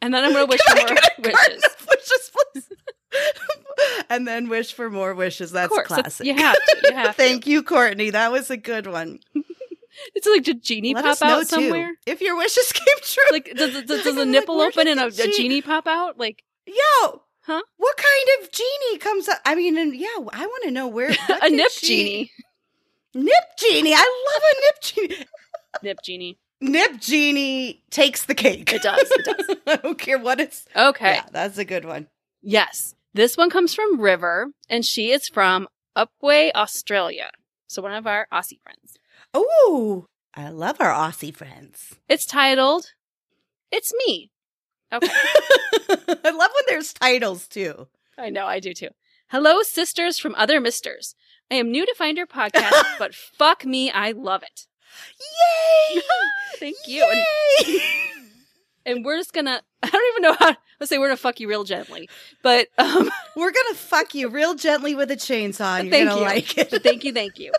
[SPEAKER 2] And then I'm gonna wish for
[SPEAKER 1] I
[SPEAKER 2] more
[SPEAKER 1] get a carton
[SPEAKER 2] wishes.
[SPEAKER 1] of wishes, please? and then wish for more wishes. That's
[SPEAKER 2] of course, that's-
[SPEAKER 1] classic.
[SPEAKER 2] you have to. You have to.
[SPEAKER 1] Thank you, Courtney. That was a good one.
[SPEAKER 2] It's like did genie
[SPEAKER 1] Let
[SPEAKER 2] pop
[SPEAKER 1] us know
[SPEAKER 2] out somewhere?
[SPEAKER 1] too if your wishes came true.
[SPEAKER 2] Like does does, does,
[SPEAKER 1] I'm
[SPEAKER 2] the
[SPEAKER 1] like,
[SPEAKER 2] nipple
[SPEAKER 1] where
[SPEAKER 2] open
[SPEAKER 1] did
[SPEAKER 2] and a,
[SPEAKER 1] the
[SPEAKER 2] a
[SPEAKER 1] genie-
[SPEAKER 2] genie pop out? Like
[SPEAKER 1] Yo,
[SPEAKER 2] Huh?
[SPEAKER 1] What kind of genie comes up? I mean, and yeah, I want to know where what
[SPEAKER 2] a
[SPEAKER 1] did
[SPEAKER 2] nip
[SPEAKER 1] she-
[SPEAKER 2] genie.
[SPEAKER 1] Nip genie. I love a nip genie.
[SPEAKER 2] Nip genie.
[SPEAKER 1] Nip Genie takes the cake.
[SPEAKER 2] It does. It does.
[SPEAKER 1] I don't care what it's.
[SPEAKER 2] Okay.
[SPEAKER 1] Yeah, that's a good one.
[SPEAKER 2] Yes. This one comes from River, and she is from Upway, Australia. So one of our Aussie friends.
[SPEAKER 1] Ooh, I love our Aussie friends.
[SPEAKER 2] It's titled It's Me. Okay.
[SPEAKER 1] I love when there's titles too.
[SPEAKER 2] I know, I do too. Hello, sisters from other misters. I am new to find your podcast, but fuck me, I love it.
[SPEAKER 1] Yay!
[SPEAKER 2] Thank you. And,
[SPEAKER 1] Yay!
[SPEAKER 2] and we're just gonna, I don't even know how, let's say we're gonna fuck you real gently, but um,
[SPEAKER 1] We're gonna fuck you real gently with a chainsaw. And you're
[SPEAKER 2] Thank
[SPEAKER 1] gonna
[SPEAKER 2] you.
[SPEAKER 1] like it.
[SPEAKER 2] but thank you, thank you.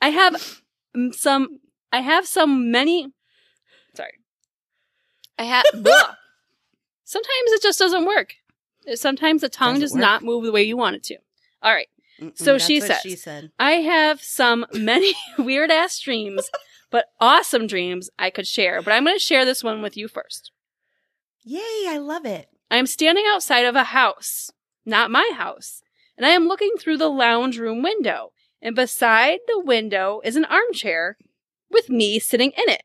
[SPEAKER 2] I have mm, some, I have some many, sorry. I have, sometimes it just doesn't work. Sometimes the tongue
[SPEAKER 1] Doesn't
[SPEAKER 2] does
[SPEAKER 1] work.
[SPEAKER 2] not move the way you want it to. All right.
[SPEAKER 1] Mm-mm,
[SPEAKER 2] So
[SPEAKER 1] that's
[SPEAKER 2] she
[SPEAKER 1] what
[SPEAKER 2] says-
[SPEAKER 1] She said.
[SPEAKER 2] I have some many weird ass dreams, but awesome dreams I could share. But I'm going to share this one with you first.
[SPEAKER 1] Yay! I love it.
[SPEAKER 2] I'm standing outside of a house, not my house, and I am looking through the lounge room window. And beside the window is an armchair with me sitting in it.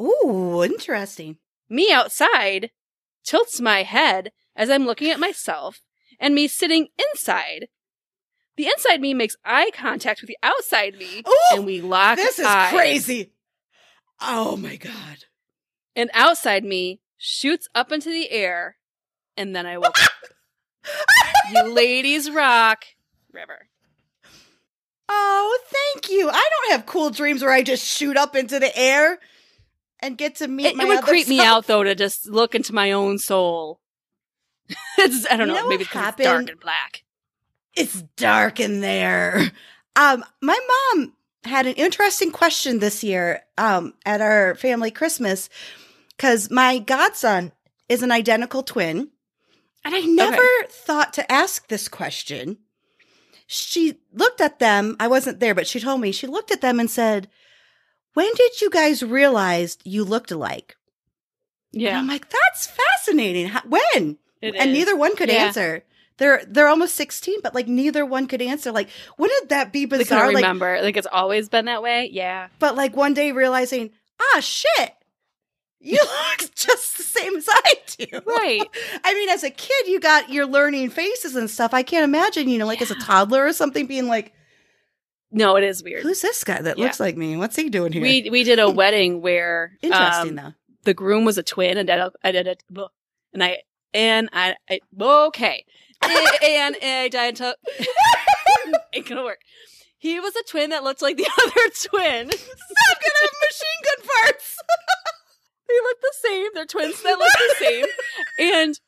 [SPEAKER 1] Ooh, interesting.
[SPEAKER 2] Me outside tilts my head as I'm looking at myself, and me sitting inside. The inside me makes eye contact with the outside me,
[SPEAKER 1] Ooh,
[SPEAKER 2] and we lock
[SPEAKER 1] this is
[SPEAKER 2] eyes.
[SPEAKER 1] crazy. Oh my god.
[SPEAKER 2] and outside me shoots up into the air, and then I woke up. you ladies rock, River.
[SPEAKER 1] Oh, thank you. I don't have cool dreams where I just shoot up into the air and get to meet
[SPEAKER 2] It,
[SPEAKER 1] my
[SPEAKER 2] it would
[SPEAKER 1] other
[SPEAKER 2] creep me
[SPEAKER 1] self.
[SPEAKER 2] out though to just look into my own soul. it's, I don't
[SPEAKER 1] You
[SPEAKER 2] know,
[SPEAKER 1] know what
[SPEAKER 2] maybe it's 'cause it's
[SPEAKER 1] happened?
[SPEAKER 2] dark and black.
[SPEAKER 1] It's dark in there. Um, my mom had an interesting question this year um, at our family Christmas because my godson is an identical twin, and I never thought to ask this question. She looked at them. I wasn't there, but she told me she looked at them and said, "When did you guys realize you looked alike?" And
[SPEAKER 2] Yeah,
[SPEAKER 1] I'm like, "That's fascinating. How, when?"
[SPEAKER 2] Mm-hmm. it
[SPEAKER 1] and
[SPEAKER 2] is.
[SPEAKER 1] neither one could
[SPEAKER 2] Yeah.
[SPEAKER 1] answer. They're they're almost sixteen, but like neither one could answer. Like, wouldn't that be
[SPEAKER 2] they couldn't
[SPEAKER 1] bizarre? Like,
[SPEAKER 2] remember. Like, it's always been that way. Yeah,
[SPEAKER 1] but like one day realizing, ah, shit, you look just the same as I do.
[SPEAKER 2] right.
[SPEAKER 1] I mean, as a kid, you got your learning faces and stuff. I can't imagine, you know, like as a
[SPEAKER 2] Yeah.
[SPEAKER 1] toddler or something, being like,
[SPEAKER 2] no, it is weird.
[SPEAKER 1] who's this guy that
[SPEAKER 2] Yeah.
[SPEAKER 1] looks like me? What's he doing here?
[SPEAKER 2] We we did a wedding where um,
[SPEAKER 1] Interesting though.
[SPEAKER 2] the groom was a twin, and ident- ident- and I and I, I okay, and I died. To, ain't gonna work. He was a twin that looked like the other twin.
[SPEAKER 1] Not gonna have machine gun parts.
[SPEAKER 2] They look the same. They're twins that look the same. And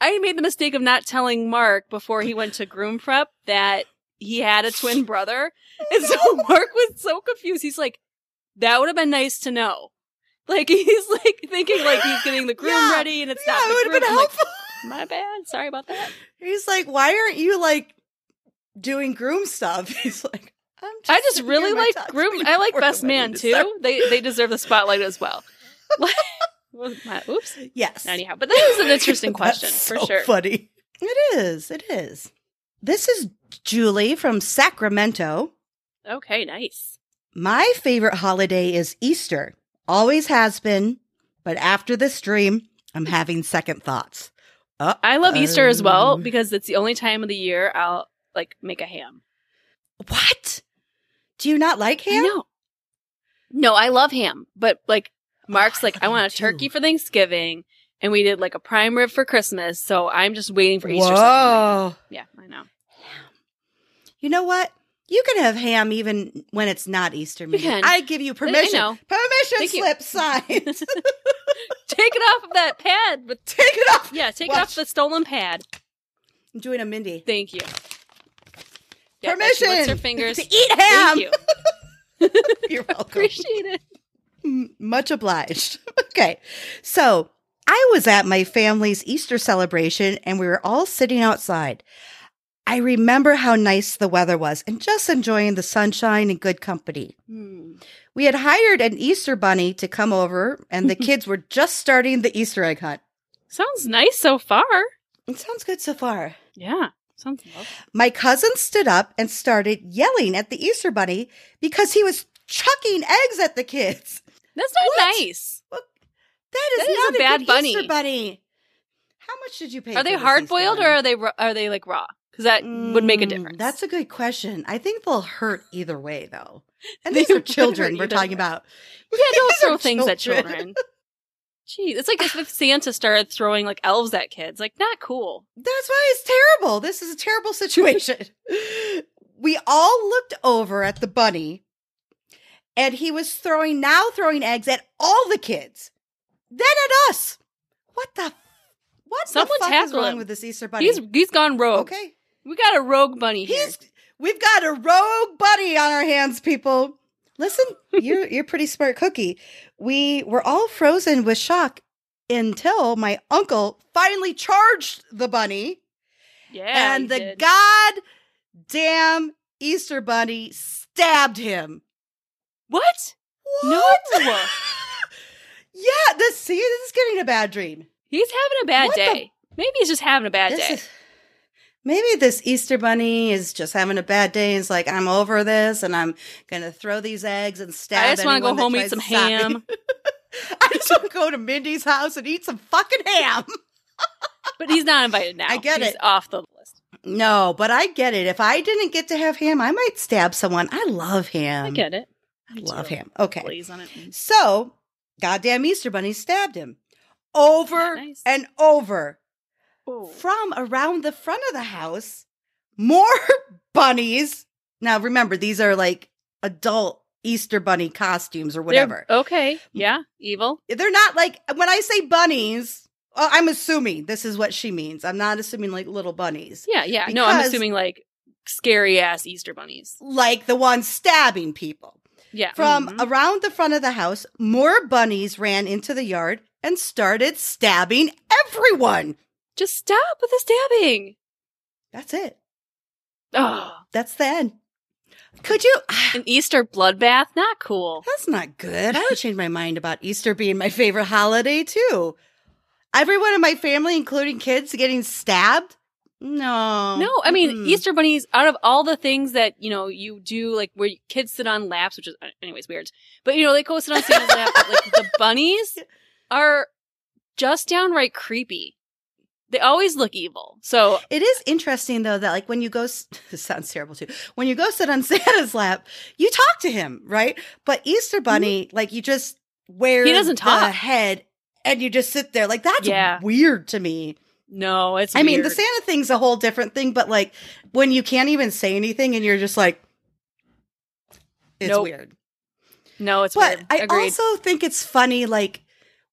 [SPEAKER 2] I made the mistake of not telling Mark before he went to groom prep that he had a twin brother. And so Mark was so confused. He's like, that would have been nice to know. Like he's like thinking like he's getting the groom
[SPEAKER 1] Yeah.
[SPEAKER 2] ready and it's
[SPEAKER 1] yeah,
[SPEAKER 2] not the
[SPEAKER 1] it would have been
[SPEAKER 2] groom. I'm like,
[SPEAKER 1] helpful.
[SPEAKER 2] My bad. Sorry about that.
[SPEAKER 1] He's like, why aren't you like doing groom stuff? He's like, I'm just
[SPEAKER 2] I just
[SPEAKER 1] sitting
[SPEAKER 2] really
[SPEAKER 1] here, my
[SPEAKER 2] like
[SPEAKER 1] top
[SPEAKER 2] groom.
[SPEAKER 1] three
[SPEAKER 2] I like
[SPEAKER 1] were
[SPEAKER 2] best
[SPEAKER 1] ready
[SPEAKER 2] man
[SPEAKER 1] to start.
[SPEAKER 2] too. They they deserve the spotlight as well. Well, my- Oops.
[SPEAKER 1] Yes.
[SPEAKER 2] Anyhow, but that is an interesting
[SPEAKER 1] That's
[SPEAKER 2] question
[SPEAKER 1] so
[SPEAKER 2] for sure.
[SPEAKER 1] Funny. It is. It is. This is Julie from Sacramento.
[SPEAKER 2] Okay, nice.
[SPEAKER 1] My favorite holiday is Easter. Always has been, but after this dream, I'm having second thoughts.
[SPEAKER 2] I love Easter as well
[SPEAKER 1] Um,
[SPEAKER 2] because it's the only time of the year I'll like make a ham.
[SPEAKER 1] What? Do you not like
[SPEAKER 2] I
[SPEAKER 1] him?
[SPEAKER 2] know. No, I love ham, but like Mark's
[SPEAKER 1] Oh, I
[SPEAKER 2] like,
[SPEAKER 1] love
[SPEAKER 2] I want
[SPEAKER 1] ham,
[SPEAKER 2] a
[SPEAKER 1] too."
[SPEAKER 2] turkey for Thanksgiving, and we did like a prime rib for Christmas, so I'm just waiting for Easter. Sunday.
[SPEAKER 1] Whoa.
[SPEAKER 2] Yeah, I know.
[SPEAKER 1] You know what? You can have ham even when it's not Easter. Megan.
[SPEAKER 2] can.
[SPEAKER 1] I give you permission.
[SPEAKER 2] know.
[SPEAKER 1] Permission
[SPEAKER 2] Thank you.
[SPEAKER 1] slip signed.
[SPEAKER 2] Take it off of that pad. With-
[SPEAKER 1] Take it off.
[SPEAKER 2] yeah, take it
[SPEAKER 1] Watch.
[SPEAKER 2] off the stolen pad.
[SPEAKER 1] I'm doing a Mindy.
[SPEAKER 2] Thank you. Yeah, as She
[SPEAKER 1] permission.
[SPEAKER 2] licks her fingers.
[SPEAKER 1] to eat ham.
[SPEAKER 2] Thank you.
[SPEAKER 1] You're welcome.
[SPEAKER 2] Appreciate it.
[SPEAKER 1] M- Much obliged. okay. So I was at my family's Easter celebration and we were all sitting outside. I remember how nice the weather was and just enjoying the sunshine and good company. We had hired an Easter bunny to come over and the kids were just starting the Easter egg hunt.
[SPEAKER 2] Sounds nice so far.
[SPEAKER 1] It sounds good so far.
[SPEAKER 2] Yeah. Sounds lovely.
[SPEAKER 1] My cousin stood up and started yelling at the Easter bunny because he was chucking eggs at the kids.
[SPEAKER 2] That's not
[SPEAKER 1] What?
[SPEAKER 2] nice.
[SPEAKER 1] That is,
[SPEAKER 2] That is a
[SPEAKER 1] not a
[SPEAKER 2] bad
[SPEAKER 1] good
[SPEAKER 2] bunny.
[SPEAKER 1] Easter bunny. How much did you pay?
[SPEAKER 2] Are they hard boiled or are they ru- are they like raw? Because that would make a
[SPEAKER 1] Mm,
[SPEAKER 2] difference.
[SPEAKER 1] Hmm, That's a good question. I think they'll hurt either way, though. And
[SPEAKER 2] They
[SPEAKER 1] these are
[SPEAKER 2] would
[SPEAKER 1] children
[SPEAKER 2] hurt
[SPEAKER 1] we're
[SPEAKER 2] either
[SPEAKER 1] talking
[SPEAKER 2] way.
[SPEAKER 1] about.
[SPEAKER 2] yeah. Don't
[SPEAKER 1] These are
[SPEAKER 2] throw things at
[SPEAKER 1] children.
[SPEAKER 2] children. Jeez, it's like as if Santa started throwing like elves at kids. Like not cool.
[SPEAKER 1] That's why it's terrible. This is a terrible situation. we all looked over at the bunny, and he was throwing now throwing eggs at all the kids, then at us. What the? What
[SPEAKER 2] Someone
[SPEAKER 1] the fuck is
[SPEAKER 2] tackle
[SPEAKER 1] wrong
[SPEAKER 2] him.
[SPEAKER 1] with this Easter bunny?
[SPEAKER 2] He's he's gone rogue.
[SPEAKER 1] okay.
[SPEAKER 2] We got a rogue bunny here.
[SPEAKER 1] He's we've got a rogue buddy on our hands, people. Listen, you're you're a pretty smart cookie. We were all frozen with shock until my uncle finally charged the bunny
[SPEAKER 2] yeah, he
[SPEAKER 1] and the
[SPEAKER 2] did.
[SPEAKER 1] god damn Easter bunny stabbed him.
[SPEAKER 2] What? No.
[SPEAKER 1] What? yeah, this see, this is getting a bad dream.
[SPEAKER 2] He's having a bad
[SPEAKER 1] What the-
[SPEAKER 2] day. Maybe he's just having a bad
[SPEAKER 1] This
[SPEAKER 2] day.
[SPEAKER 1] is- maybe this Easter bunny is just having a bad day and is like, I'm over this and I'm gonna throw these eggs and stab.
[SPEAKER 2] I just
[SPEAKER 1] want to
[SPEAKER 2] go home eat some ham.
[SPEAKER 1] I just want to go to Mindy's house and eat some fucking ham.
[SPEAKER 2] But he's not invited now.
[SPEAKER 1] I get
[SPEAKER 2] He's
[SPEAKER 1] it.
[SPEAKER 2] off the list.
[SPEAKER 1] No, but I get it. If I didn't get to have ham, I might stab someone. I love ham.
[SPEAKER 2] I get it.
[SPEAKER 1] Um, I love
[SPEAKER 2] too.
[SPEAKER 1] ham. Okay.
[SPEAKER 2] Blaze on it.
[SPEAKER 1] So, goddamn Easter bunny stabbed him over
[SPEAKER 2] Not nice.
[SPEAKER 1] and over.
[SPEAKER 2] Oh.
[SPEAKER 1] from around the front of the house more bunnies. Now remember, these are like adult Easter bunny costumes or
[SPEAKER 2] They're- uh
[SPEAKER 1] whatever.
[SPEAKER 2] okay. Yeah. Evil.
[SPEAKER 1] They're, not like when I say bunnies, uh, I'm assuming this is what she means. I'm not assuming like little bunnies.
[SPEAKER 2] Yeah. Yeah. no, I'm
[SPEAKER 1] Because-
[SPEAKER 2] assuming like scary ass Easter bunnies.
[SPEAKER 1] Like the ones stabbing people.
[SPEAKER 2] Yeah.
[SPEAKER 1] From
[SPEAKER 2] Mhm.
[SPEAKER 1] around the front of the house, more bunnies ran into the yard and started stabbing everyone.
[SPEAKER 2] just stop with the stabbing.
[SPEAKER 1] That's it.
[SPEAKER 2] Oh,
[SPEAKER 1] That's the end. Could you?
[SPEAKER 2] an Easter bloodbath. Not cool.
[SPEAKER 1] That's not good. I would change my mind about Easter being my favorite holiday too. Everyone in my family, including kids, getting stabbed. No,
[SPEAKER 2] No, I mean
[SPEAKER 1] Mm-mm.
[SPEAKER 2] Easter bunnies. Out of all the things that you know you do, like where kids sit on laps, which is uh, anyways weird, but you know they go sit on Santa's lap. But, like the bunnies are just downright creepy. They always look evil. So
[SPEAKER 1] It is interesting though that like when you go, s- this sounds terrible too. When you go sit on Santa's lap, you Mm-hmm. talk to him, right? But Easter Bunny, like you just wear
[SPEAKER 2] He doesn't
[SPEAKER 1] the
[SPEAKER 2] talk.
[SPEAKER 1] head and you just sit there like that's
[SPEAKER 2] Yeah.
[SPEAKER 1] weird to me.
[SPEAKER 2] No, it's.
[SPEAKER 1] I mean, the
[SPEAKER 2] weird.
[SPEAKER 1] Santa thing's a whole different thing, but like when you can't even say anything and you're just like, it's
[SPEAKER 2] Nope.
[SPEAKER 1] weird.
[SPEAKER 2] No, it's
[SPEAKER 1] But
[SPEAKER 2] weird.
[SPEAKER 1] I
[SPEAKER 2] Agreed.
[SPEAKER 1] also think it's funny, like,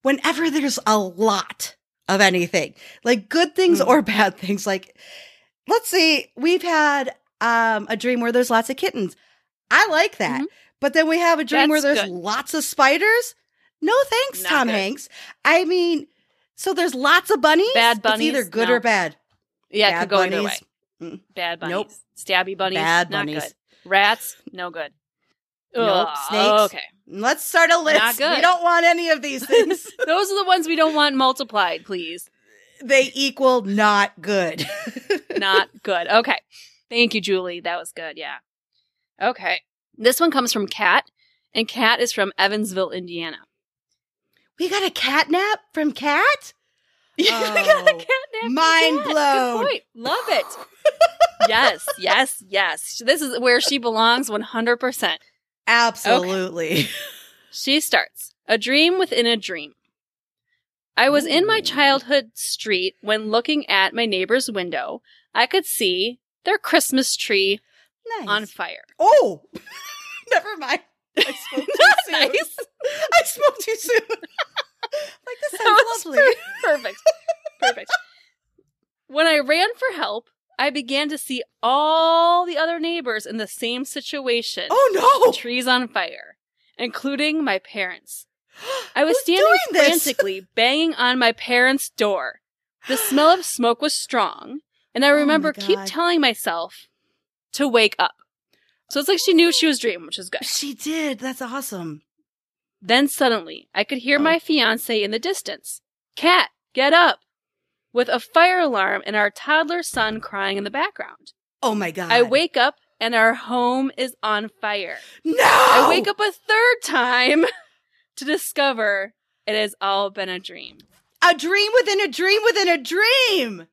[SPEAKER 1] whenever there's a lot of anything, like good things
[SPEAKER 2] Mm.
[SPEAKER 1] or bad things, like, let's see, we've had um, a dream where there's lots of kittens. I like that.
[SPEAKER 2] Mhm.
[SPEAKER 1] But then we have a dream where
[SPEAKER 2] That's
[SPEAKER 1] there's
[SPEAKER 2] good.
[SPEAKER 1] lots of spiders. No thanks,
[SPEAKER 2] Not
[SPEAKER 1] Tom
[SPEAKER 2] good.
[SPEAKER 1] Hanks. I mean, so there's lots of bunnies.
[SPEAKER 2] Bad
[SPEAKER 1] It's either
[SPEAKER 2] bunnies?
[SPEAKER 1] good
[SPEAKER 2] No.
[SPEAKER 1] or bad.
[SPEAKER 2] yeah,
[SPEAKER 1] bad
[SPEAKER 2] it could go either way.
[SPEAKER 1] bunnies. Mm.
[SPEAKER 2] Bad bunnies.
[SPEAKER 1] Nope.
[SPEAKER 2] Stabby bunnies.
[SPEAKER 1] Bad
[SPEAKER 2] not
[SPEAKER 1] bunnies.
[SPEAKER 2] good. Rats. No good.
[SPEAKER 1] Nope.
[SPEAKER 2] Ugh,
[SPEAKER 1] Snakes.
[SPEAKER 2] Okay.
[SPEAKER 1] Let's start a list. We
[SPEAKER 2] good.
[SPEAKER 1] don't want any of these things.
[SPEAKER 2] Those are the ones we don't want multiplied, please.
[SPEAKER 1] they equal not good.
[SPEAKER 2] Not good. Okay. Thank you, Julie. That was good. Yeah. Okay. This one comes from Kat, and Kat is from Evansville, Indiana.
[SPEAKER 1] We got a cat nap from Cat?
[SPEAKER 2] we got a cat nap.
[SPEAKER 1] mind
[SPEAKER 2] Kat.
[SPEAKER 1] blown.
[SPEAKER 2] Oh. Good point. Love it. yes, yes, yes. This is where she belongs 100%.
[SPEAKER 1] Absolutely.
[SPEAKER 2] She starts A dream within a dream. I was in my
[SPEAKER 1] Ooh.
[SPEAKER 2] childhood street when looking at my neighbor's window. I could see their Christmas tree
[SPEAKER 1] nice.
[SPEAKER 2] on fire.
[SPEAKER 1] oh, never mind. I spoke too soon.
[SPEAKER 2] Nice.
[SPEAKER 1] I spoke too soon. like this sounds
[SPEAKER 2] That was
[SPEAKER 1] lovely.
[SPEAKER 2] Perfect. Perfect. When I ran for help, I began to see all the other neighbors in the same situation.
[SPEAKER 1] Oh no!
[SPEAKER 2] Trees on fire, including my parents. I was
[SPEAKER 1] Who's
[SPEAKER 2] standing
[SPEAKER 1] doing this?
[SPEAKER 2] frantically banging on my parents' door. The smell of smoke was strong, and I
[SPEAKER 1] Oh my
[SPEAKER 2] remember keep
[SPEAKER 1] God.
[SPEAKER 2] telling myself to wake up. So it's like she knew she was dreaming, which is good.
[SPEAKER 1] She did. That's awesome.
[SPEAKER 2] Then suddenly, I could hear
[SPEAKER 1] Oh.
[SPEAKER 2] my fiance in the distance. Cat, get up! With a fire alarm and our toddler son crying in the background.
[SPEAKER 1] Oh my god!
[SPEAKER 2] I wake up and our home is on fire.
[SPEAKER 1] No!
[SPEAKER 2] I wake up a third time to discover it has all been a dream.
[SPEAKER 1] A dream within a dream within a dream.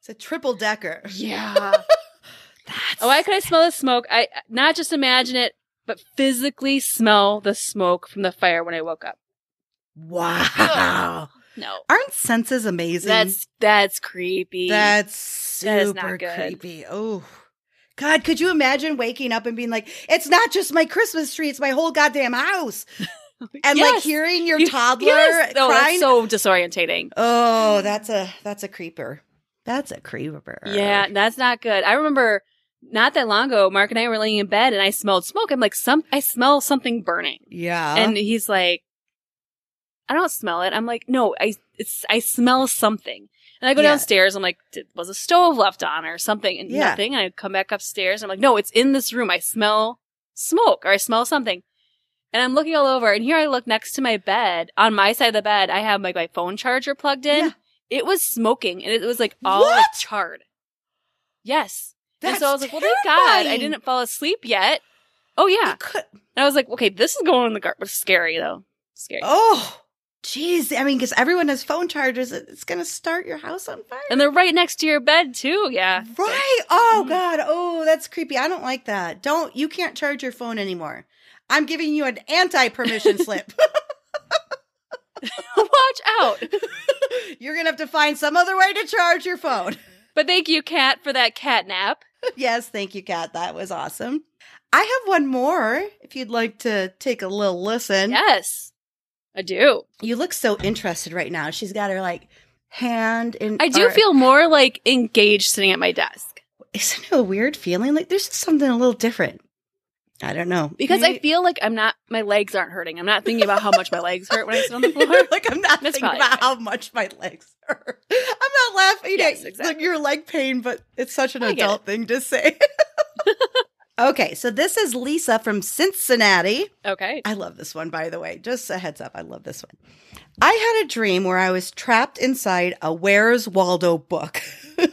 [SPEAKER 1] It's a triple decker.
[SPEAKER 2] Yeah.
[SPEAKER 1] That's
[SPEAKER 2] oh, I could I smell the smoke. I not just imagine it, but physically smell the smoke from the fire when I woke up.
[SPEAKER 1] wow.
[SPEAKER 2] No.
[SPEAKER 1] Aren't senses amazing?
[SPEAKER 2] That's that's creepy.
[SPEAKER 1] That's
[SPEAKER 2] That is
[SPEAKER 1] super
[SPEAKER 2] not good.
[SPEAKER 1] creepy. Oh. God, could you imagine waking up and being like, it's not just my Christmas tree, it's my whole goddamn house. And like
[SPEAKER 2] Yes.
[SPEAKER 1] hearing your
[SPEAKER 2] You-
[SPEAKER 1] toddler
[SPEAKER 2] yes. No,
[SPEAKER 1] crying.
[SPEAKER 2] that's so Mm. disorientating.
[SPEAKER 1] oh, that's a that's a creeper. That's a creeper.
[SPEAKER 2] Yeah, that's not good. I remember not that long ago, Mark and I were laying in bed and I smelled smoke. I'm like, some I smell something burning.
[SPEAKER 1] Yeah.
[SPEAKER 2] And he's like, I don't smell it. I'm like, no, I it's I smell something. And I go
[SPEAKER 1] Yeah.
[SPEAKER 2] downstairs. I'm like, did, was a stove left on or something? And
[SPEAKER 1] Yeah.
[SPEAKER 2] nothing. And I come back upstairs. I'm like, no, it's in this room. I smell smoke or I smell something. And I'm looking all over. And here I look next to my bed. On my side of the bed, I have like my phone charger plugged in.
[SPEAKER 1] Yeah.
[SPEAKER 2] It was smoking, and it was like all like,
[SPEAKER 1] What?
[SPEAKER 2] charred. Yes.
[SPEAKER 1] that's
[SPEAKER 2] and so I was like, well, thank God I
[SPEAKER 1] terrifying.
[SPEAKER 2] didn't fall asleep yet. Oh yeah.
[SPEAKER 1] You could-
[SPEAKER 2] And I was like, okay, this is going in the garbage. Scary though. Scary.
[SPEAKER 1] oh, jeez. I mean, because everyone has phone chargers, it- it's going to start your house on fire.
[SPEAKER 2] And they're right next to your bed too. Yeah.
[SPEAKER 1] Right. Oh
[SPEAKER 2] Mm.
[SPEAKER 1] God. Oh, that's creepy. I don't like that. Don't you can't charge your phone anymore. I'm giving you an anti permission slip.
[SPEAKER 2] Watch out.
[SPEAKER 1] You're gonna have to find some other way to charge your phone.
[SPEAKER 2] But thank you, Kat, for that cat nap.
[SPEAKER 1] yes, thank you, Kat. That was awesome. I have one more if you'd like to take a little listen.
[SPEAKER 2] Yes. I do.
[SPEAKER 1] You look so interested right now. She's got her like hand in
[SPEAKER 2] I do
[SPEAKER 1] or-
[SPEAKER 2] feel more like engaged sitting at my desk
[SPEAKER 1] isn't it a weird feeling? Like there's just something a little different. I don't know.
[SPEAKER 2] because I
[SPEAKER 1] Maybe-
[SPEAKER 2] feel like I'm not, my legs aren't hurting. I'm not thinking about how much my legs hurt when I sit on the floor.
[SPEAKER 1] You're like I'm not
[SPEAKER 2] That's
[SPEAKER 1] thinking
[SPEAKER 2] probably
[SPEAKER 1] about
[SPEAKER 2] right.
[SPEAKER 1] how much my legs hurt. I'm not laughing
[SPEAKER 2] Yes,
[SPEAKER 1] at
[SPEAKER 2] exactly.
[SPEAKER 1] your leg pain, but it's such an
[SPEAKER 2] I get
[SPEAKER 1] adult thing to say. okay, so this is Lisa from Cincinnati.
[SPEAKER 2] Okay.
[SPEAKER 1] I love this one, by the way. Just a heads up, I love this one. I had a dream where I was trapped inside a Where's Waldo book.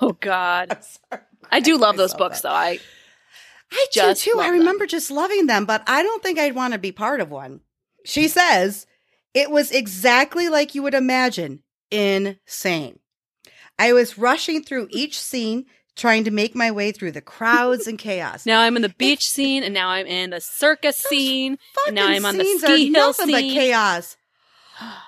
[SPEAKER 2] Oh, God.
[SPEAKER 1] I'm sorry.
[SPEAKER 2] I do love those
[SPEAKER 1] Myself
[SPEAKER 2] books,
[SPEAKER 1] up.
[SPEAKER 2] though. I,
[SPEAKER 1] I
[SPEAKER 2] Just
[SPEAKER 1] do too. I
[SPEAKER 2] love them.
[SPEAKER 1] remember just loving them, but I don't think I'd want to be part of one. She says it was exactly like you would imagine insane. I was rushing through each scene, trying to make my way through the crowds and chaos.
[SPEAKER 2] now I'm in the beach scene and now I'm in the circus scene.
[SPEAKER 1] Fucking
[SPEAKER 2] now I'm on the
[SPEAKER 1] scenes
[SPEAKER 2] ski
[SPEAKER 1] are
[SPEAKER 2] hill
[SPEAKER 1] nothing but
[SPEAKER 2] scene.
[SPEAKER 1] chaos.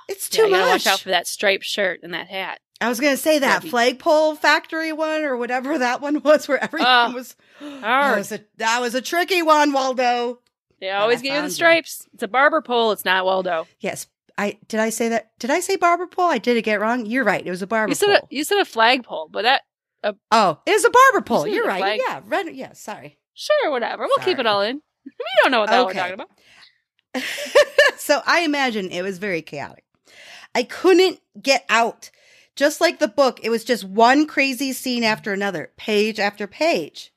[SPEAKER 1] It's
[SPEAKER 2] Yeah,
[SPEAKER 1] too
[SPEAKER 2] you gotta
[SPEAKER 1] much.
[SPEAKER 2] watch out for that striped shirt and that hat.
[SPEAKER 1] I was gonna say that
[SPEAKER 2] That'd be-
[SPEAKER 1] flagpole factory one or whatever that one was, where everything
[SPEAKER 2] Oh,
[SPEAKER 1] was. That
[SPEAKER 2] hard.
[SPEAKER 1] was, a, that was a tricky one, Waldo.
[SPEAKER 2] They
[SPEAKER 1] I
[SPEAKER 2] always give you
[SPEAKER 1] found
[SPEAKER 2] the
[SPEAKER 1] you.
[SPEAKER 2] stripes. It's a barber pole. It's not Waldo.
[SPEAKER 1] Yes, I did. I say that. Did I say barber pole? I did it get wrong. You're right. It was a barber
[SPEAKER 2] You said a,
[SPEAKER 1] pole.
[SPEAKER 2] you said a flag pole, but that
[SPEAKER 1] oh, it is a barber pole.
[SPEAKER 2] said
[SPEAKER 1] You are
[SPEAKER 2] a
[SPEAKER 1] right.
[SPEAKER 2] flag-
[SPEAKER 1] Yeah, red. Yeah, sorry.
[SPEAKER 2] sure, whatever. We'll keep it
[SPEAKER 1] Sorry.
[SPEAKER 2] all in. We don't know what that we're
[SPEAKER 1] Okay.
[SPEAKER 2] talking about.
[SPEAKER 1] so I imagine it was very chaotic. I couldn't get out. Just like the book, it was just one crazy scene after another, page after page.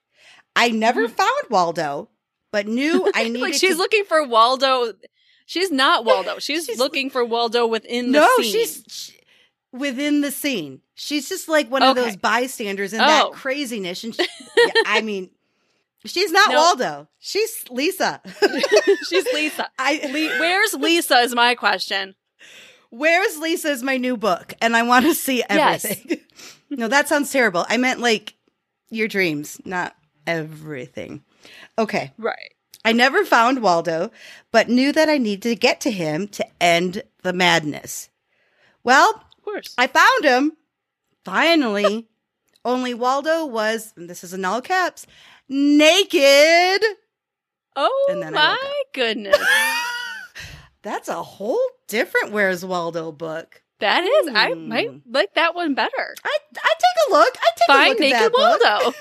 [SPEAKER 1] I never found Waldo, but knew I needed
[SPEAKER 2] Mm. like she's
[SPEAKER 1] to
[SPEAKER 2] looking for Waldo. She's not Waldo. She's,
[SPEAKER 1] She's-
[SPEAKER 2] looking for Waldo within the
[SPEAKER 1] no,
[SPEAKER 2] scene.
[SPEAKER 1] she's she, within the scene. She's just like one of
[SPEAKER 2] Okay.
[SPEAKER 1] those bystanders in
[SPEAKER 2] Oh.
[SPEAKER 1] that craziness. And she, yeah, I mean, she's not
[SPEAKER 2] No.
[SPEAKER 1] Waldo. She's Lisa.
[SPEAKER 2] she's Lisa.
[SPEAKER 1] I
[SPEAKER 2] Le- where's Lisa is my question.
[SPEAKER 1] Where's Lisa's my new book, and I want to see
[SPEAKER 2] Yes.
[SPEAKER 1] everything. no, that sounds terrible. I meant like your dreams, not everything. Okay.
[SPEAKER 2] Right.
[SPEAKER 1] I never found Waldo, but knew that I needed to get to him to end the madness. Well,
[SPEAKER 2] Of course.
[SPEAKER 1] I found him. Finally. Only Waldo was, and this is in all caps, naked.
[SPEAKER 2] Oh
[SPEAKER 1] And then I woke
[SPEAKER 2] my goodness.
[SPEAKER 1] That's a whole different Where's Waldo book.
[SPEAKER 2] That is, I
[SPEAKER 1] Hmm.
[SPEAKER 2] might like that one better.
[SPEAKER 1] I I take a look. I take a
[SPEAKER 2] Find
[SPEAKER 1] look at
[SPEAKER 2] Naked
[SPEAKER 1] that book.
[SPEAKER 2] Waldo.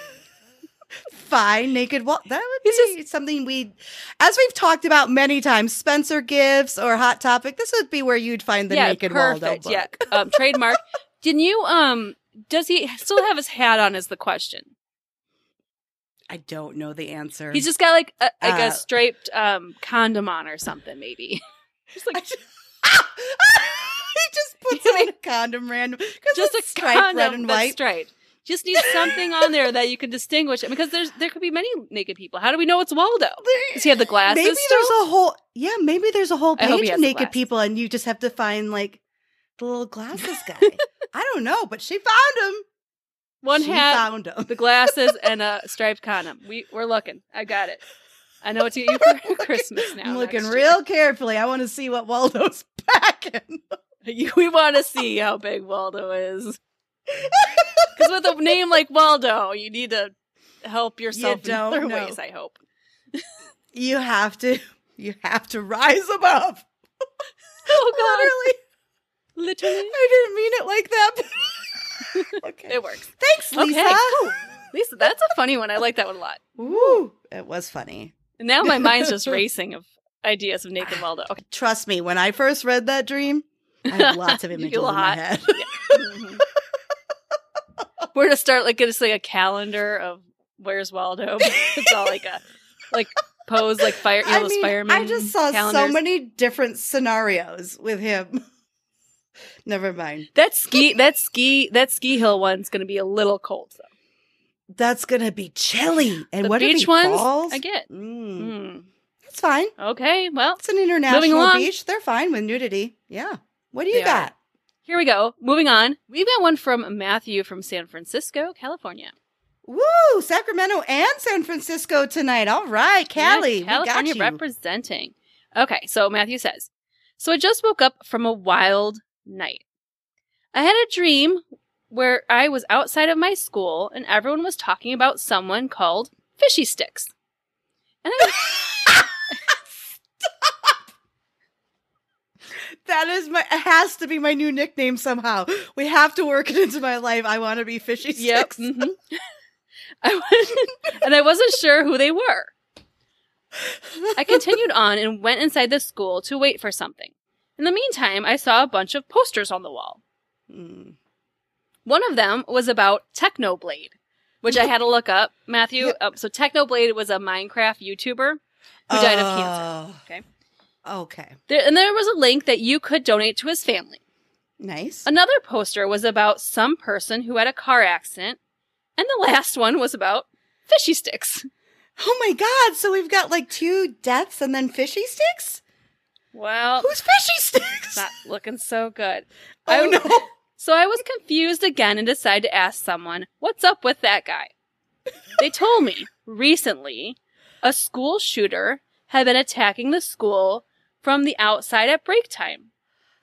[SPEAKER 1] Fine, naked Waldo. That would
[SPEAKER 2] It's
[SPEAKER 1] be something we, as we've talked about many times, Spencer gifts or Hot Topic. This would be where you'd find the naked Waldo book.
[SPEAKER 2] Yeah, um, trademark. Didn't you? Um, does he still have his hat on? Is the question.
[SPEAKER 1] I don't know the answer.
[SPEAKER 2] He's just got like a, like
[SPEAKER 1] Uh,
[SPEAKER 2] a striped um, condom on or something, maybe. Just like
[SPEAKER 1] he just puts on a condom random because
[SPEAKER 2] just a
[SPEAKER 1] it's striped
[SPEAKER 2] condom
[SPEAKER 1] red and
[SPEAKER 2] that's
[SPEAKER 1] white.
[SPEAKER 2] striped. Just need something on there that you can distinguish it because there's there could be many naked people. How do we know it's Waldo? Does he have the glasses?
[SPEAKER 1] maybe
[SPEAKER 2] still?
[SPEAKER 1] there's a whole yeah. Maybe there's a whole
[SPEAKER 2] I hope he
[SPEAKER 1] page of
[SPEAKER 2] has the
[SPEAKER 1] naked
[SPEAKER 2] glasses.
[SPEAKER 1] people, and you just have to find like the little glasses guy. I don't know, but she found him.
[SPEAKER 2] one
[SPEAKER 1] she
[SPEAKER 2] hat,
[SPEAKER 1] found him.
[SPEAKER 2] the glasses, and a striped condom. We we're looking. I got it. I know what to get you for Christmas now.
[SPEAKER 1] I'm looking
[SPEAKER 2] next year.
[SPEAKER 1] real carefully. I want to see what Waldo's packing.
[SPEAKER 2] You- We want to see how big Waldo is. Because with a name like Waldo, you need to help yourself in
[SPEAKER 1] don't
[SPEAKER 2] other
[SPEAKER 1] know.
[SPEAKER 2] ways. I hope.
[SPEAKER 1] You have to, you have to rise above.
[SPEAKER 2] Oh
[SPEAKER 1] Literally,
[SPEAKER 2] God! Literally,
[SPEAKER 1] I didn't mean it like that. but- okay.
[SPEAKER 2] it works.
[SPEAKER 1] Thanks,
[SPEAKER 2] Okay.
[SPEAKER 1] Lisa.
[SPEAKER 2] Lisa, that's a funny one. I like that one a lot.
[SPEAKER 1] Ooh, it was funny.
[SPEAKER 2] And now my mind's just racing of ideas of Nathan Waldo. Okay.
[SPEAKER 1] Trust me, when I first read that dream, I had lots of
[SPEAKER 2] You
[SPEAKER 1] images in
[SPEAKER 2] feel
[SPEAKER 1] my
[SPEAKER 2] hot.
[SPEAKER 1] head.
[SPEAKER 2] Mhm. We're to start like gonna say a calendar of where's Waldo. but It's all like a like pose like fire. You know,
[SPEAKER 1] I
[SPEAKER 2] those
[SPEAKER 1] mean,
[SPEAKER 2] firemen.
[SPEAKER 1] I just saw so
[SPEAKER 2] calendars.
[SPEAKER 1] many different scenarios with him. Never mind.
[SPEAKER 2] That ski, that ski, that ski hill one's going to be a little cold. Though.
[SPEAKER 1] That's gonna be chilly. And
[SPEAKER 2] the
[SPEAKER 1] what if
[SPEAKER 2] beach
[SPEAKER 1] he
[SPEAKER 2] ones,
[SPEAKER 1] falls?
[SPEAKER 2] I get.
[SPEAKER 1] Mm.
[SPEAKER 2] Mm.
[SPEAKER 1] It's fine.
[SPEAKER 2] Okay, well,
[SPEAKER 1] It's an international
[SPEAKER 2] along.
[SPEAKER 1] beach. They're fine with nudity. Yeah. What do you
[SPEAKER 2] They are.
[SPEAKER 1] got?
[SPEAKER 2] here we go. Moving on, we've got one from Matthew from San Francisco, California.
[SPEAKER 1] Woo! Sacramento and San Francisco tonight. All right, Callie.
[SPEAKER 2] Yeah,
[SPEAKER 1] we got
[SPEAKER 2] California
[SPEAKER 1] you.
[SPEAKER 2] representing. Okay, so Matthew says, So I just woke up from a wild night. I had a dream where I was outside of my school and everyone was talking about someone called Fishy Sticks. And I,
[SPEAKER 1] that is my it has to be my new nickname somehow. We have to work it into my life. I want to be fishy
[SPEAKER 2] yep.
[SPEAKER 1] sticks.
[SPEAKER 2] mhm.
[SPEAKER 1] mm-hmm.
[SPEAKER 2] I wasn't, and I wasn't sure who they were. I continued on and went inside the school to wait for something. In the meantime, I saw a bunch of posters on the wall.
[SPEAKER 1] Mm.
[SPEAKER 2] One of them was about Technoblade, which I had to look up, Matthew.
[SPEAKER 1] Yep.
[SPEAKER 2] Um, so Technoblade was a Minecraft YouTuber who died of cancer.
[SPEAKER 1] Oh.
[SPEAKER 2] Okay.
[SPEAKER 1] Okay.
[SPEAKER 2] There, and there was a link that you could donate to his family.
[SPEAKER 1] Nice.
[SPEAKER 2] Another poster was about some person who had a car accident, and the last one was about fishy sticks.
[SPEAKER 1] Oh my god, so we've got like two deaths and then fishy sticks?
[SPEAKER 2] Well,
[SPEAKER 1] Who's fishy sticks?
[SPEAKER 2] not looking so good.
[SPEAKER 1] oh
[SPEAKER 2] I-
[SPEAKER 1] no.
[SPEAKER 2] So I was confused again and decided to ask someone, what's up with that guy? They told me recently a school shooter had been attacking the school from the outside at break time.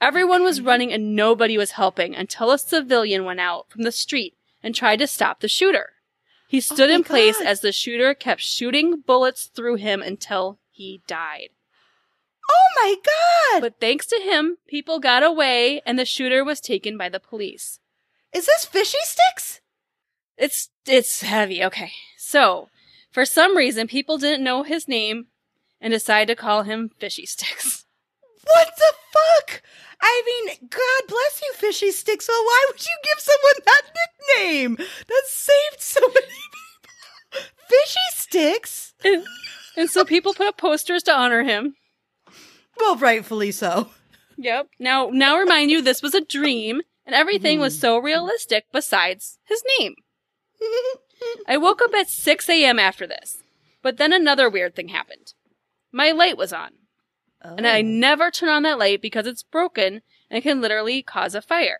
[SPEAKER 2] Everyone was running and nobody was helping until a civilian went out from the street and tried to stop the shooter. He stood
[SPEAKER 1] Oh my
[SPEAKER 2] in place
[SPEAKER 1] God.
[SPEAKER 2] as the shooter kept shooting bullets through him until he died.
[SPEAKER 1] Oh my god!
[SPEAKER 2] But thanks to him, people got away and the shooter was taken by the police.
[SPEAKER 1] Is this fishy sticks?
[SPEAKER 2] It's it's heavy. Okay. So, for some reason people didn't know his name and decided to call him Fishy Sticks.
[SPEAKER 1] What the fuck? I mean, God bless you, fishy sticks. Well, why would you give someone that nickname? That saved so many people. Fishy sticks?
[SPEAKER 2] and, and so people put up posters to honor him.
[SPEAKER 1] Well, rightfully so.
[SPEAKER 2] Yep. Now, now remind you, this was a dream, and everything was so realistic besides his name. I woke up at 6 a.m. after this, but then another weird thing happened. My light was on, and
[SPEAKER 1] Oh.
[SPEAKER 2] I never turn on that light because it's broken and can literally cause a fire.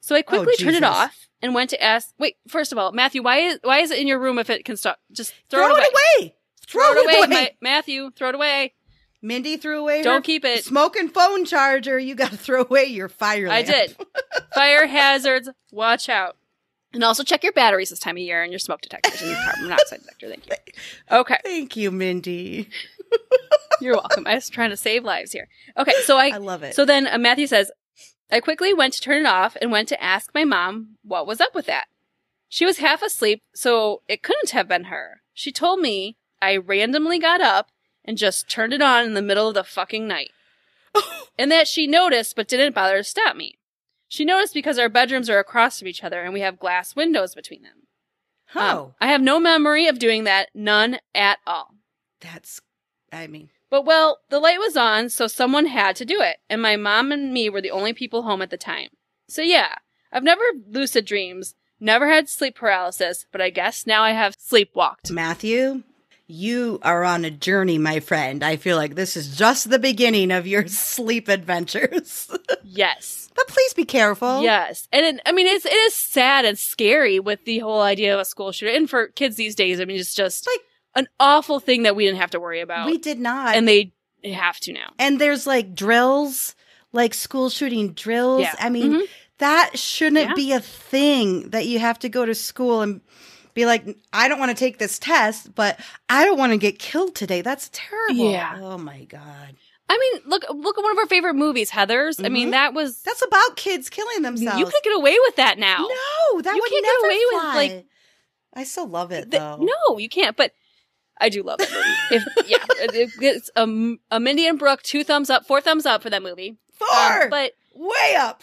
[SPEAKER 2] So I quickly turned it
[SPEAKER 1] Oh, Jesus.
[SPEAKER 2] off and went to ask. Wait, first of all, Matthew, why is why is it in your room if it can stop? Just throw, it away.
[SPEAKER 1] Throw, it away.
[SPEAKER 2] Ma- Matthew. Throw it away.
[SPEAKER 1] Mindy threw away. her
[SPEAKER 2] Don't keep it.
[SPEAKER 1] Smoking phone charger. You got to throw away your fire.
[SPEAKER 2] I
[SPEAKER 1] Lamp.
[SPEAKER 2] did. Fire hazards, watch out. And also check your batteries this time of year and your smoke detectors and your carbon monoxide detector. Thank you. Okay,
[SPEAKER 1] Thank you, Mindy.
[SPEAKER 2] you're welcome. I was trying to save lives here. Okay, so I,
[SPEAKER 1] I love it.
[SPEAKER 2] so then uh, Matthew says, I quickly went to turn it off and went to ask my mom what was up with that. She was half asleep, so it couldn't have been her. She told me I randomly got up and just turned it on in the middle of the fucking night. and that she noticed but didn't bother to stop me. She noticed because our bedrooms are across from each other and we have glass windows between them. Um,
[SPEAKER 1] oh,
[SPEAKER 2] I have no memory of doing that, none at all.
[SPEAKER 1] that's. I mean,
[SPEAKER 2] But well, the light was on, so someone had to do it, and my mom and me were the only people home at the time. So yeah, I've never lucid dreams, never had sleep paralysis, but I guess now I have sleepwalked.
[SPEAKER 1] Matthew, you are on a journey, my friend. I feel like this is just the beginning of your sleep adventures.
[SPEAKER 2] Yes.
[SPEAKER 1] but please be careful.
[SPEAKER 2] Yes. And it, I mean it's it is sad and scary with the whole idea of a school shooter. And for kids these days, I mean it's just
[SPEAKER 1] Like-
[SPEAKER 2] an awful thing that we didn't have to worry about.
[SPEAKER 1] We did not.
[SPEAKER 2] and they have to now.
[SPEAKER 1] and there's like drills, like school shooting drills.
[SPEAKER 2] Yeah. Mm-hmm.
[SPEAKER 1] I mean, that shouldn't
[SPEAKER 2] Yeah.
[SPEAKER 1] be a thing that you have to go to school and be like, I don't want to take this test, but I don't want to get killed today. That's terrible.
[SPEAKER 2] Yeah.
[SPEAKER 1] Oh my God.
[SPEAKER 2] I mean, look look at one of our favorite movies, Heathers. I mean,
[SPEAKER 1] Mhm.
[SPEAKER 2] that was
[SPEAKER 1] That's about kids killing themselves.
[SPEAKER 2] you could get away with that now.
[SPEAKER 1] No, that
[SPEAKER 2] You
[SPEAKER 1] would
[SPEAKER 2] can't get
[SPEAKER 1] never
[SPEAKER 2] away with,
[SPEAKER 1] fly.
[SPEAKER 2] like-
[SPEAKER 1] I still love it
[SPEAKER 2] Th-
[SPEAKER 1] though.
[SPEAKER 2] no, you can't. But I do love that movie. if, yeah, it- it- it's um, a Mindy and Brooke two thumbs up, four thumbs up for that movie. Um,
[SPEAKER 1] far
[SPEAKER 2] but
[SPEAKER 1] way up.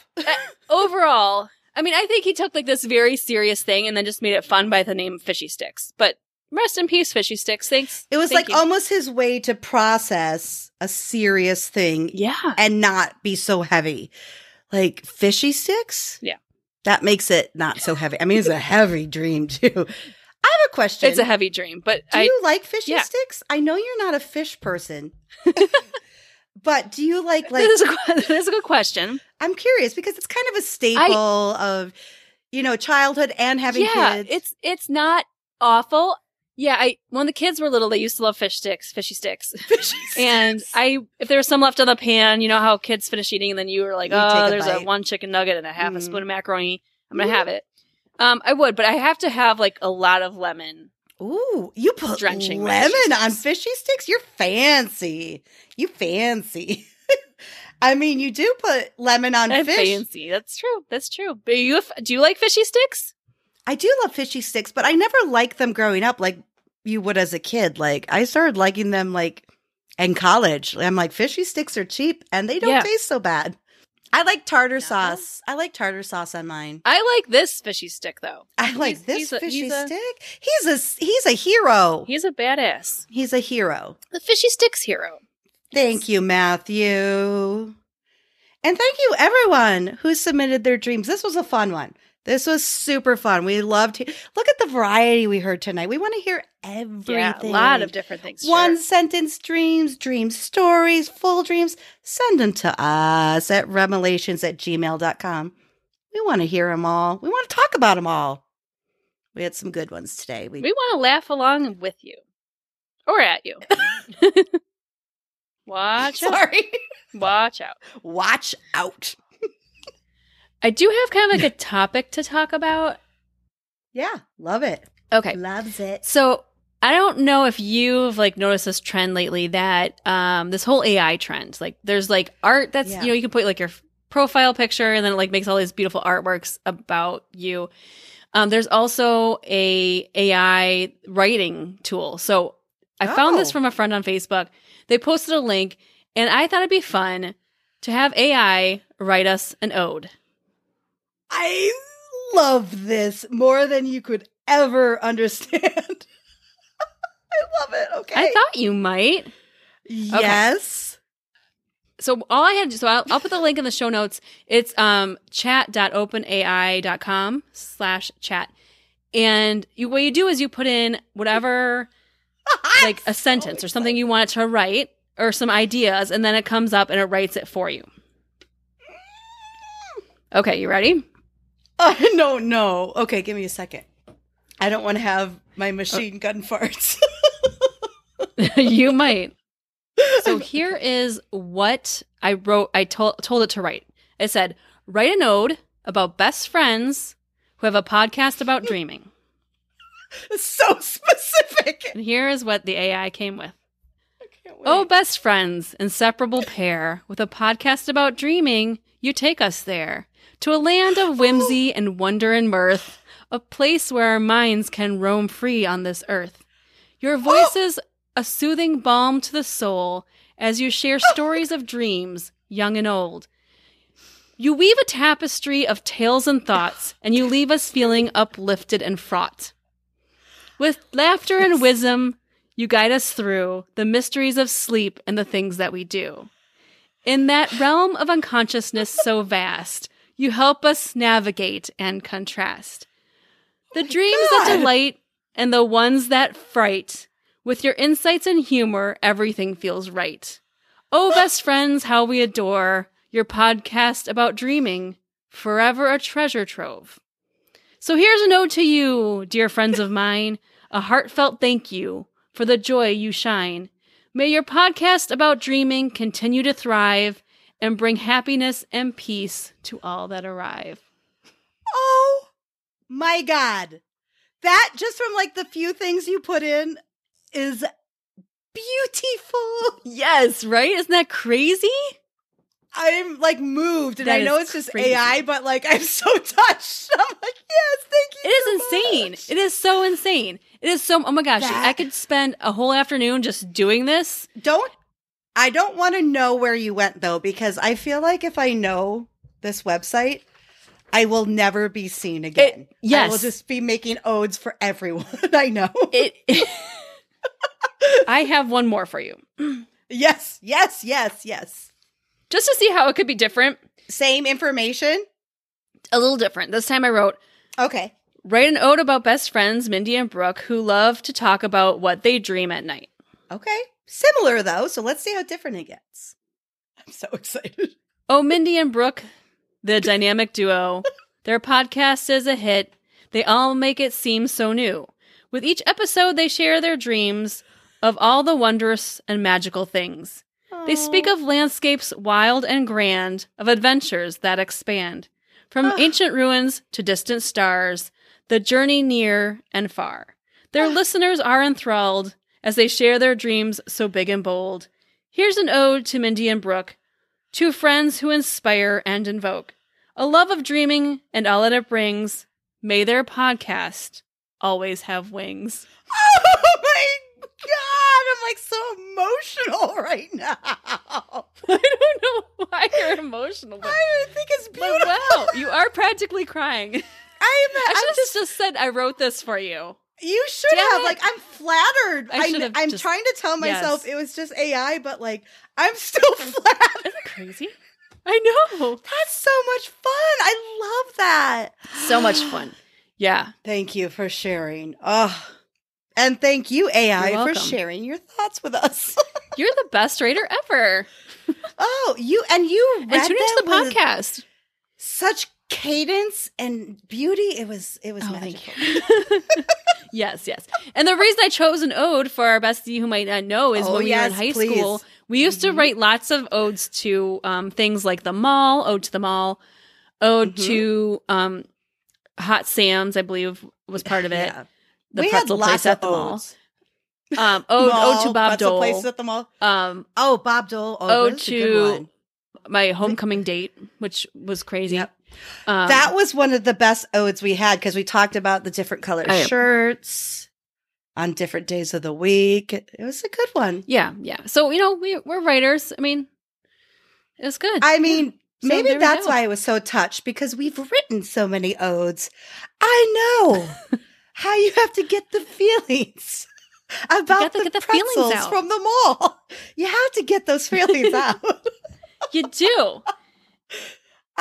[SPEAKER 2] overall, I mean, I think he took like this very serious thing and then just made it fun by the name Fishy Sticks. But rest in peace, Fishy Sticks. Thanks.
[SPEAKER 1] It was
[SPEAKER 2] Thank
[SPEAKER 1] like oh,
[SPEAKER 2] you.
[SPEAKER 1] almost his way to process a serious thing
[SPEAKER 2] yeah,
[SPEAKER 1] and not be so heavy. Like fishy sticks?
[SPEAKER 2] Yeah.
[SPEAKER 1] That makes it not so heavy. I mean, it's a heavy dream too. I have a question.
[SPEAKER 2] it's a heavy dream, but
[SPEAKER 1] do
[SPEAKER 2] I
[SPEAKER 1] you like fishy
[SPEAKER 2] yeah.
[SPEAKER 1] sticks? I know you're not a fish person. but do you like like
[SPEAKER 2] this, is a, que- this is a good question.
[SPEAKER 1] I'm curious because it's kind of a staple of you know, childhood and having
[SPEAKER 2] yeah,
[SPEAKER 1] kids.
[SPEAKER 2] it's it's not awful. Yeah, I when the kids were little, they used to love fish sticks, fishy sticks.
[SPEAKER 1] fishy
[SPEAKER 2] And I, if there was some left on the pan, you know how kids finish eating and then you were like,
[SPEAKER 1] You take
[SPEAKER 2] oh,
[SPEAKER 1] a
[SPEAKER 2] there's a
[SPEAKER 1] bite."
[SPEAKER 2] one chicken nugget and a half a
[SPEAKER 1] Mhm.
[SPEAKER 2] spoon of macaroni. I'm gonna have it. Um, I would, but I have to have like a lot of lemon.
[SPEAKER 1] Ooh, you put
[SPEAKER 2] Drenching my
[SPEAKER 1] lemon
[SPEAKER 2] fishy sticks.
[SPEAKER 1] on fishy sticks? You're fancy. You fancy. I mean, you do put lemon on
[SPEAKER 2] I'm
[SPEAKER 1] fish.
[SPEAKER 2] fancy. That's true. That's true. But you, if, do you like fishy sticks?
[SPEAKER 1] I do love fishy sticks, but I never liked them growing up like you would as a kid. Like I started liking them like in college. I'm like fishy sticks are cheap and they don't
[SPEAKER 2] Yeah.
[SPEAKER 1] taste so bad. I like tartar
[SPEAKER 2] No.
[SPEAKER 1] sauce. I like tartar sauce on mine.
[SPEAKER 2] I like this fishy stick though.
[SPEAKER 1] I like
[SPEAKER 2] He's-
[SPEAKER 1] this
[SPEAKER 2] he's a-
[SPEAKER 1] fishy
[SPEAKER 2] he's a-
[SPEAKER 1] stick. He's a he's a hero.
[SPEAKER 2] He's a badass.
[SPEAKER 1] He's a hero.
[SPEAKER 2] The fishy sticks hero.
[SPEAKER 1] Thank you, Matthew. And thank you, everyone who submitted their dreams. This was a fun one. This was super fun. We loved. He- Look at the variety we heard tonight. We want to hear everything.
[SPEAKER 2] Yeah, a lot of different things. sure.
[SPEAKER 1] one sentence dreams, dream stories, full dreams. Send them to us at revelations at gmail.com. We want to hear them all. We want to talk about them all. We had some good ones today. We,
[SPEAKER 2] We want to laugh along with you or at you. Watch out.
[SPEAKER 1] sorry.
[SPEAKER 2] Watch out.
[SPEAKER 1] Watch out.
[SPEAKER 2] I do have kind of like a topic to talk about.
[SPEAKER 1] Yeah, love it.
[SPEAKER 2] Okay.
[SPEAKER 1] Loves it.
[SPEAKER 2] So I don't know if you've like noticed this trend lately that um this whole AI trend, like there's like art that's
[SPEAKER 1] Yeah.
[SPEAKER 2] you know you can put like your f- profile picture and then it like makes all these beautiful artworks about you. Um, there's also a AI writing tool. So I found this
[SPEAKER 1] Oh.
[SPEAKER 2] from a friend on Facebook. They posted a link, and I thought it'd be fun to have AI write us an ode.
[SPEAKER 1] I love this more than you could ever understand. I love it. Okay.
[SPEAKER 2] I thought you might.
[SPEAKER 1] yes.
[SPEAKER 2] so all I had to do, so I'll, I'll put the link in the show notes. It's um chat.openai.com slash chat. And you, what you do is you put in whatever, like a sentence or something you want it to write or some ideas, and then it comes up and it writes it for you. Okay, you ready?
[SPEAKER 1] I don't know. Uh, Okay, give me a second. I don't want to have my machine gun farts.
[SPEAKER 2] you might. So here is what I wrote. I told told it to write. It said, "Write an ode about best friends who have a podcast about dreaming."
[SPEAKER 1] It's so specific.
[SPEAKER 2] And here is what the AI came with.
[SPEAKER 1] I can't wait.
[SPEAKER 2] Oh, best friends, inseparable pair, with a podcast about dreaming, you take us there to a land of whimsy and wonder and mirth, a place where our minds can roam free on this earth. Your voices, a soothing balm to the soul, as you share stories of dreams, young and old. You weave a tapestry of tales and thoughts, and you leave us feeling uplifted and fraught. With laughter and wisdom, you guide us through the mysteries of sleep and the things that we do. In that realm of unconsciousness so vast, you help us navigate and contrast. The dreams that
[SPEAKER 1] God.
[SPEAKER 2] delight and the ones that fright. With your insights and humor, everything feels right. Oh, best friends, how we adore your podcast about dreaming, forever a treasure trove. So here's a note to you, dear friends of mine, a heartfelt thank you for the joy you shine. May your podcast about dreaming continue to thrive and bring happiness and peace to all that arrive.
[SPEAKER 1] Oh my God. That just from like the few things you put in is beautiful.
[SPEAKER 2] Yes, right? Isn't that crazy?
[SPEAKER 1] I'm like moved and
[SPEAKER 2] That
[SPEAKER 1] I know
[SPEAKER 2] is
[SPEAKER 1] it's just
[SPEAKER 2] crazy.
[SPEAKER 1] AI, but like I'm so touched. I'm like, yes, thank you.
[SPEAKER 2] It is
[SPEAKER 1] so
[SPEAKER 2] insane.
[SPEAKER 1] much.
[SPEAKER 2] It is so insane. It is so, oh my gosh,
[SPEAKER 1] That-
[SPEAKER 2] I could spend a whole afternoon just doing this.
[SPEAKER 1] Don't I don't want to know where you went though, because I feel like if I know this website, I will never be seen again. I will
[SPEAKER 2] yes.
[SPEAKER 1] just be making odes for everyone I know.
[SPEAKER 2] It. I have one more for you.
[SPEAKER 1] yes, yes, yes, yes.
[SPEAKER 2] Just to see how it could be different,
[SPEAKER 1] Same information.
[SPEAKER 2] a little different. This time I wrote,
[SPEAKER 1] Okay.
[SPEAKER 2] write an ode about best friends, Mindy and Brooke, who love to talk about what they dream at night.
[SPEAKER 1] Okay. Similar though, so let's see how different it gets. I'm so excited.
[SPEAKER 2] Oh, Mindy and Brooke, the dynamic duo. Their podcast is a hit. They all make it seem so new. With each episode, they share their dreams of all the wondrous and magical things. They speak of landscapes wild and grand, of adventures that expand. From
[SPEAKER 1] Ugh.
[SPEAKER 2] ancient ruins to distant stars, the journey near and far. Their
[SPEAKER 1] Ugh.
[SPEAKER 2] listeners are enthralled as they share their dreams so big and bold. Here's an ode to Mindy and Brooke, two friends who inspire and invoke a love of dreaming and all that it brings. May their podcast always have wings.
[SPEAKER 1] Oh my god, I'm like so emotional right now.
[SPEAKER 2] I don't know why you're emotional, but,
[SPEAKER 1] I think it's beautiful.
[SPEAKER 2] but wow, you are practically crying.
[SPEAKER 1] I'm,
[SPEAKER 2] I
[SPEAKER 1] I'm
[SPEAKER 2] should
[SPEAKER 1] just,
[SPEAKER 2] have just said I wrote this for you.
[SPEAKER 1] you should
[SPEAKER 2] Damn
[SPEAKER 1] have
[SPEAKER 2] it.
[SPEAKER 1] like I'm flattered.
[SPEAKER 2] I should
[SPEAKER 1] I
[SPEAKER 2] have
[SPEAKER 1] I'm
[SPEAKER 2] just-
[SPEAKER 1] trying to tell
[SPEAKER 2] Yes.
[SPEAKER 1] myself it was just AI, but like I'm still flattered.
[SPEAKER 2] Isn't that crazy? I know.
[SPEAKER 1] That's so much fun. I love that.
[SPEAKER 2] So much fun. Yeah.
[SPEAKER 1] Thank you for sharing. Oh, and thank you AI
[SPEAKER 2] You're
[SPEAKER 1] for
[SPEAKER 2] welcome.
[SPEAKER 1] sharing your thoughts with us.
[SPEAKER 2] You're the best writer ever.
[SPEAKER 1] oh, you and you read
[SPEAKER 2] And tune into
[SPEAKER 1] that
[SPEAKER 2] the
[SPEAKER 1] with
[SPEAKER 2] podcast.
[SPEAKER 1] Such cadence and beauty. It was it was magical.
[SPEAKER 2] Oh, you. yes, yes. And the reason I chose an ode for our bestie who might not know is
[SPEAKER 1] Oh,
[SPEAKER 2] when we
[SPEAKER 1] yes,
[SPEAKER 2] were in high
[SPEAKER 1] please. Mm-hmm.
[SPEAKER 2] school, We used to write lots of odes to um, things like the mall, ode to the mall, ode
[SPEAKER 1] Mhm.
[SPEAKER 2] to um, Hot Sam's, I believe was part of it.
[SPEAKER 1] Yeah.
[SPEAKER 2] The
[SPEAKER 1] we had
[SPEAKER 2] pretzel
[SPEAKER 1] lots
[SPEAKER 2] place at
[SPEAKER 1] of
[SPEAKER 2] the mall.
[SPEAKER 1] odes.
[SPEAKER 2] Um, ode, ode to
[SPEAKER 1] Mall,
[SPEAKER 2] Bob
[SPEAKER 1] pretzel places
[SPEAKER 2] Dole.
[SPEAKER 1] at the mall.
[SPEAKER 2] Um,
[SPEAKER 1] Oh, Bob Dole. Oh,
[SPEAKER 2] Ode
[SPEAKER 1] that's a good
[SPEAKER 2] to-
[SPEAKER 1] one.
[SPEAKER 2] my homecoming date, which was crazy.
[SPEAKER 1] Yep.
[SPEAKER 2] Um,
[SPEAKER 1] that was one of the best odes we had because we talked about the different color
[SPEAKER 2] I-
[SPEAKER 1] shirts on different days of the week. It was a good one.
[SPEAKER 2] yeah, yeah. So you know, we we're writers. I mean, it was good.
[SPEAKER 1] I mean,
[SPEAKER 2] So
[SPEAKER 1] maybe
[SPEAKER 2] there we
[SPEAKER 1] that's
[SPEAKER 2] go.
[SPEAKER 1] why I was so touched because we've written so many odes. I know how you have to get the feelings about
[SPEAKER 2] gotta
[SPEAKER 1] the
[SPEAKER 2] get the feelings
[SPEAKER 1] pretzels
[SPEAKER 2] out.
[SPEAKER 1] from the mall. You have to get those feelings out.
[SPEAKER 2] you do.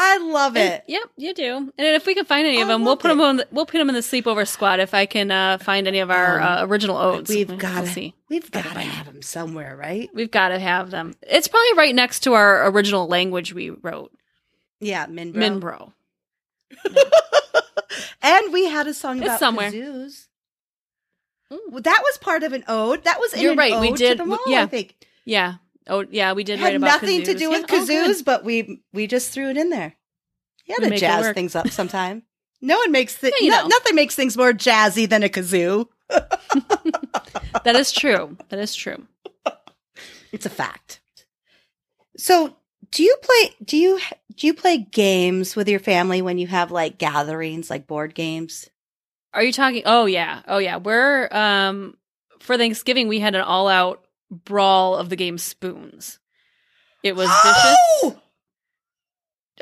[SPEAKER 1] I love
[SPEAKER 2] And-
[SPEAKER 1] it.
[SPEAKER 2] Yep, you do. And if we can find any of
[SPEAKER 1] I
[SPEAKER 2] them, we'll
[SPEAKER 1] love
[SPEAKER 2] put them
[SPEAKER 1] it.
[SPEAKER 2] on. The, we'll put them in the sleepover squad if I can uh, find any of our
[SPEAKER 1] Um,
[SPEAKER 2] uh, original odes.
[SPEAKER 1] we've
[SPEAKER 2] We'll
[SPEAKER 1] gotta-
[SPEAKER 2] see.
[SPEAKER 1] We've got
[SPEAKER 2] I
[SPEAKER 1] to
[SPEAKER 2] don't know.
[SPEAKER 1] have them somewhere, right?
[SPEAKER 2] We've got to have them. It's probably right next to our original language we wrote,
[SPEAKER 1] Yeah, Minbro.
[SPEAKER 2] Minbro.
[SPEAKER 1] and we had a song
[SPEAKER 2] It's
[SPEAKER 1] about
[SPEAKER 2] somewhere.
[SPEAKER 1] kazoos.
[SPEAKER 2] Mm.
[SPEAKER 1] Well, that was part of an ode. That was in
[SPEAKER 2] You're
[SPEAKER 1] an
[SPEAKER 2] right, we
[SPEAKER 1] ode
[SPEAKER 2] did-
[SPEAKER 1] To the
[SPEAKER 2] we-
[SPEAKER 1] mall,
[SPEAKER 2] yeah.
[SPEAKER 1] I think
[SPEAKER 2] Yeah. Oh, yeah. We did
[SPEAKER 1] it
[SPEAKER 2] write
[SPEAKER 1] had
[SPEAKER 2] about
[SPEAKER 1] nothing to
[SPEAKER 2] kazoos.
[SPEAKER 1] do
[SPEAKER 2] Yeah.
[SPEAKER 1] with
[SPEAKER 2] Oh, good.
[SPEAKER 1] kazoos, but we we just threw it in there. You
[SPEAKER 2] We
[SPEAKER 1] had to
[SPEAKER 2] make it
[SPEAKER 1] jazz
[SPEAKER 2] work.
[SPEAKER 1] things up sometime. No one makes thi-
[SPEAKER 2] Yeah, you
[SPEAKER 1] no-
[SPEAKER 2] know.
[SPEAKER 1] nothing makes things more jazzy than a kazoo.
[SPEAKER 2] that is true. That is true.
[SPEAKER 1] It's a fact. So, do you play do you do you play games with your family when you have like gatherings, like board games?
[SPEAKER 2] Are you talking? Oh yeah. Oh yeah. We're um for Thanksgiving we had an all-out brawl of the game spoons. It was vicious.
[SPEAKER 1] Oh!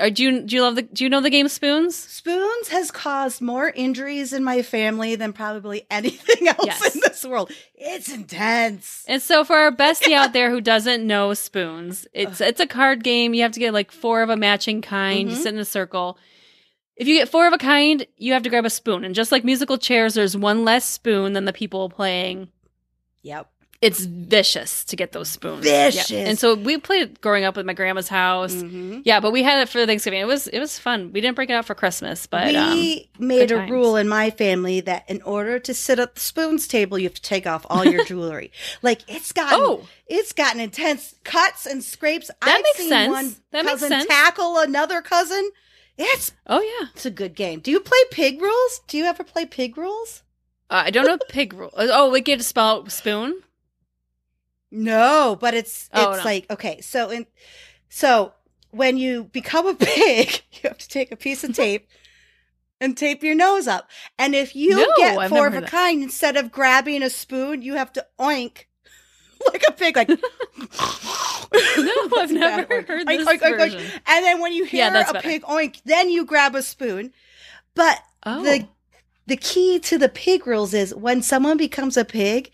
[SPEAKER 2] Are, do you do you love the do you know the game spoons?
[SPEAKER 1] Spoons has caused more injuries in my family than probably anything else
[SPEAKER 2] Yes.
[SPEAKER 1] in this world. It's intense.
[SPEAKER 2] And so for our bestie out there who doesn't know spoons, it's it's a card game. You have to get like four of a matching kind.
[SPEAKER 1] Mhm.
[SPEAKER 2] You sit in a circle. If you get four of a kind, you have to grab a spoon. And just like musical chairs, there's one less spoon than the people playing.
[SPEAKER 1] Yep.
[SPEAKER 2] It's vicious to get those spoons. Yeah.
[SPEAKER 1] Vicious.
[SPEAKER 2] And so we played it growing up at my grandma's house.
[SPEAKER 1] Mhm.
[SPEAKER 2] Yeah, but we had it for Thanksgiving. It was it was fun. We didn't break it out for Christmas, but um,
[SPEAKER 1] we made
[SPEAKER 2] good
[SPEAKER 1] a
[SPEAKER 2] times.
[SPEAKER 1] rule in my family that in order to sit at the spoons table, you have to take off all your jewelry. like it's gotten,
[SPEAKER 2] oh,
[SPEAKER 1] it's gotten intense cuts and scrapes.
[SPEAKER 2] That
[SPEAKER 1] I've
[SPEAKER 2] makes
[SPEAKER 1] seen
[SPEAKER 2] sense.
[SPEAKER 1] One
[SPEAKER 2] That makes
[SPEAKER 1] cousin
[SPEAKER 2] sense.
[SPEAKER 1] Tackle another cousin. It's
[SPEAKER 2] oh yeah.
[SPEAKER 1] it's a good game. Do you play pig rules? Do you ever play pig rules?
[SPEAKER 2] Uh, I don't know pig rule. Oh, we get to spell out spoon.
[SPEAKER 1] No, but it's
[SPEAKER 2] Oh,
[SPEAKER 1] it's
[SPEAKER 2] no.
[SPEAKER 1] like okay, so in so when you become a pig, you have to take a piece of tape and tape your nose up. And if you
[SPEAKER 2] No,
[SPEAKER 1] get
[SPEAKER 2] I've
[SPEAKER 1] four
[SPEAKER 2] never
[SPEAKER 1] of a
[SPEAKER 2] heard that.
[SPEAKER 1] kind, instead of grabbing a spoon, you have to oink like a pig, like no,
[SPEAKER 2] I've never heard this version.
[SPEAKER 1] And then when you hear
[SPEAKER 2] Yeah, that's
[SPEAKER 1] a
[SPEAKER 2] better.
[SPEAKER 1] pig oink, then you grab a spoon. But
[SPEAKER 2] Oh,
[SPEAKER 1] the the key to the pig rules is when someone becomes a pig,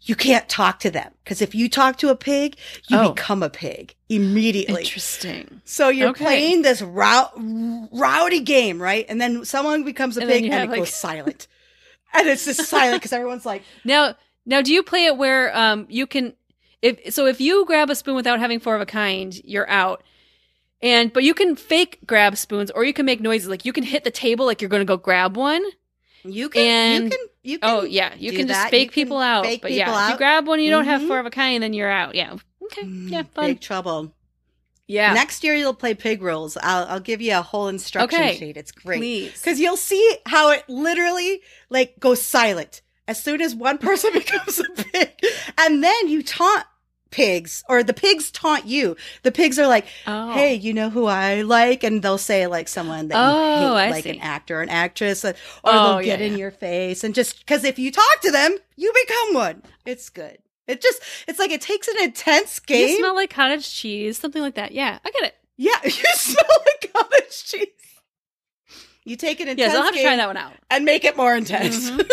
[SPEAKER 1] you can't talk to them because if you talk to a pig, you
[SPEAKER 2] Oh.
[SPEAKER 1] become a pig immediately.
[SPEAKER 2] interesting.
[SPEAKER 1] So you're
[SPEAKER 2] Okay.
[SPEAKER 1] playing this row- rowdy game, right? And then someone becomes a
[SPEAKER 2] And then
[SPEAKER 1] pig
[SPEAKER 2] you
[SPEAKER 1] and it
[SPEAKER 2] have, like-
[SPEAKER 1] goes silent, and it's just silent because everyone's like,
[SPEAKER 2] Now, now, do you play it where um you can if so if you grab a spoon without having four of a kind, you're out. And but you can fake grab spoons, or you can make noises like you can hit the table like you're going to go grab one.
[SPEAKER 1] "You can, you
[SPEAKER 2] And-
[SPEAKER 1] can, you can."
[SPEAKER 2] Oh yeah, you
[SPEAKER 1] do
[SPEAKER 2] can
[SPEAKER 1] that.
[SPEAKER 2] just fake
[SPEAKER 1] You can
[SPEAKER 2] people out.
[SPEAKER 1] fake
[SPEAKER 2] but
[SPEAKER 1] people
[SPEAKER 2] yeah, if
[SPEAKER 1] out.
[SPEAKER 2] you grab one, you don't have
[SPEAKER 1] Mhm.
[SPEAKER 2] four of a kind, then you're out. Yeah. Okay.
[SPEAKER 1] Mm,
[SPEAKER 2] Yeah. Fun.
[SPEAKER 1] Big trouble.
[SPEAKER 2] yeah.
[SPEAKER 1] Next year you'll play pig rules. I'll, I'll give you a whole instruction
[SPEAKER 2] Okay.
[SPEAKER 1] sheet. It's great.
[SPEAKER 2] Please.
[SPEAKER 1] because you'll see how it literally like goes silent as soon as one person becomes a pig and then you taunt pigs or the pigs taunt you the pigs are like
[SPEAKER 2] oh.
[SPEAKER 1] hey you know who i like and they'll say like someone that
[SPEAKER 2] Oh,
[SPEAKER 1] you hate
[SPEAKER 2] I
[SPEAKER 1] like an
[SPEAKER 2] see.
[SPEAKER 1] actor an actress uh, or
[SPEAKER 2] Oh,
[SPEAKER 1] they'll get
[SPEAKER 2] yeah,
[SPEAKER 1] in
[SPEAKER 2] yeah.
[SPEAKER 1] your face and just because if you talk to them you become one it's good it just it's like it takes an intense game
[SPEAKER 2] You smell like cottage cheese, something like that. Yeah, I get it.
[SPEAKER 1] yeah you smell like cottage cheese you take an intense
[SPEAKER 2] Yes, I'll have to
[SPEAKER 1] game
[SPEAKER 2] try that one out.
[SPEAKER 1] and make it more intense.
[SPEAKER 2] Mhm.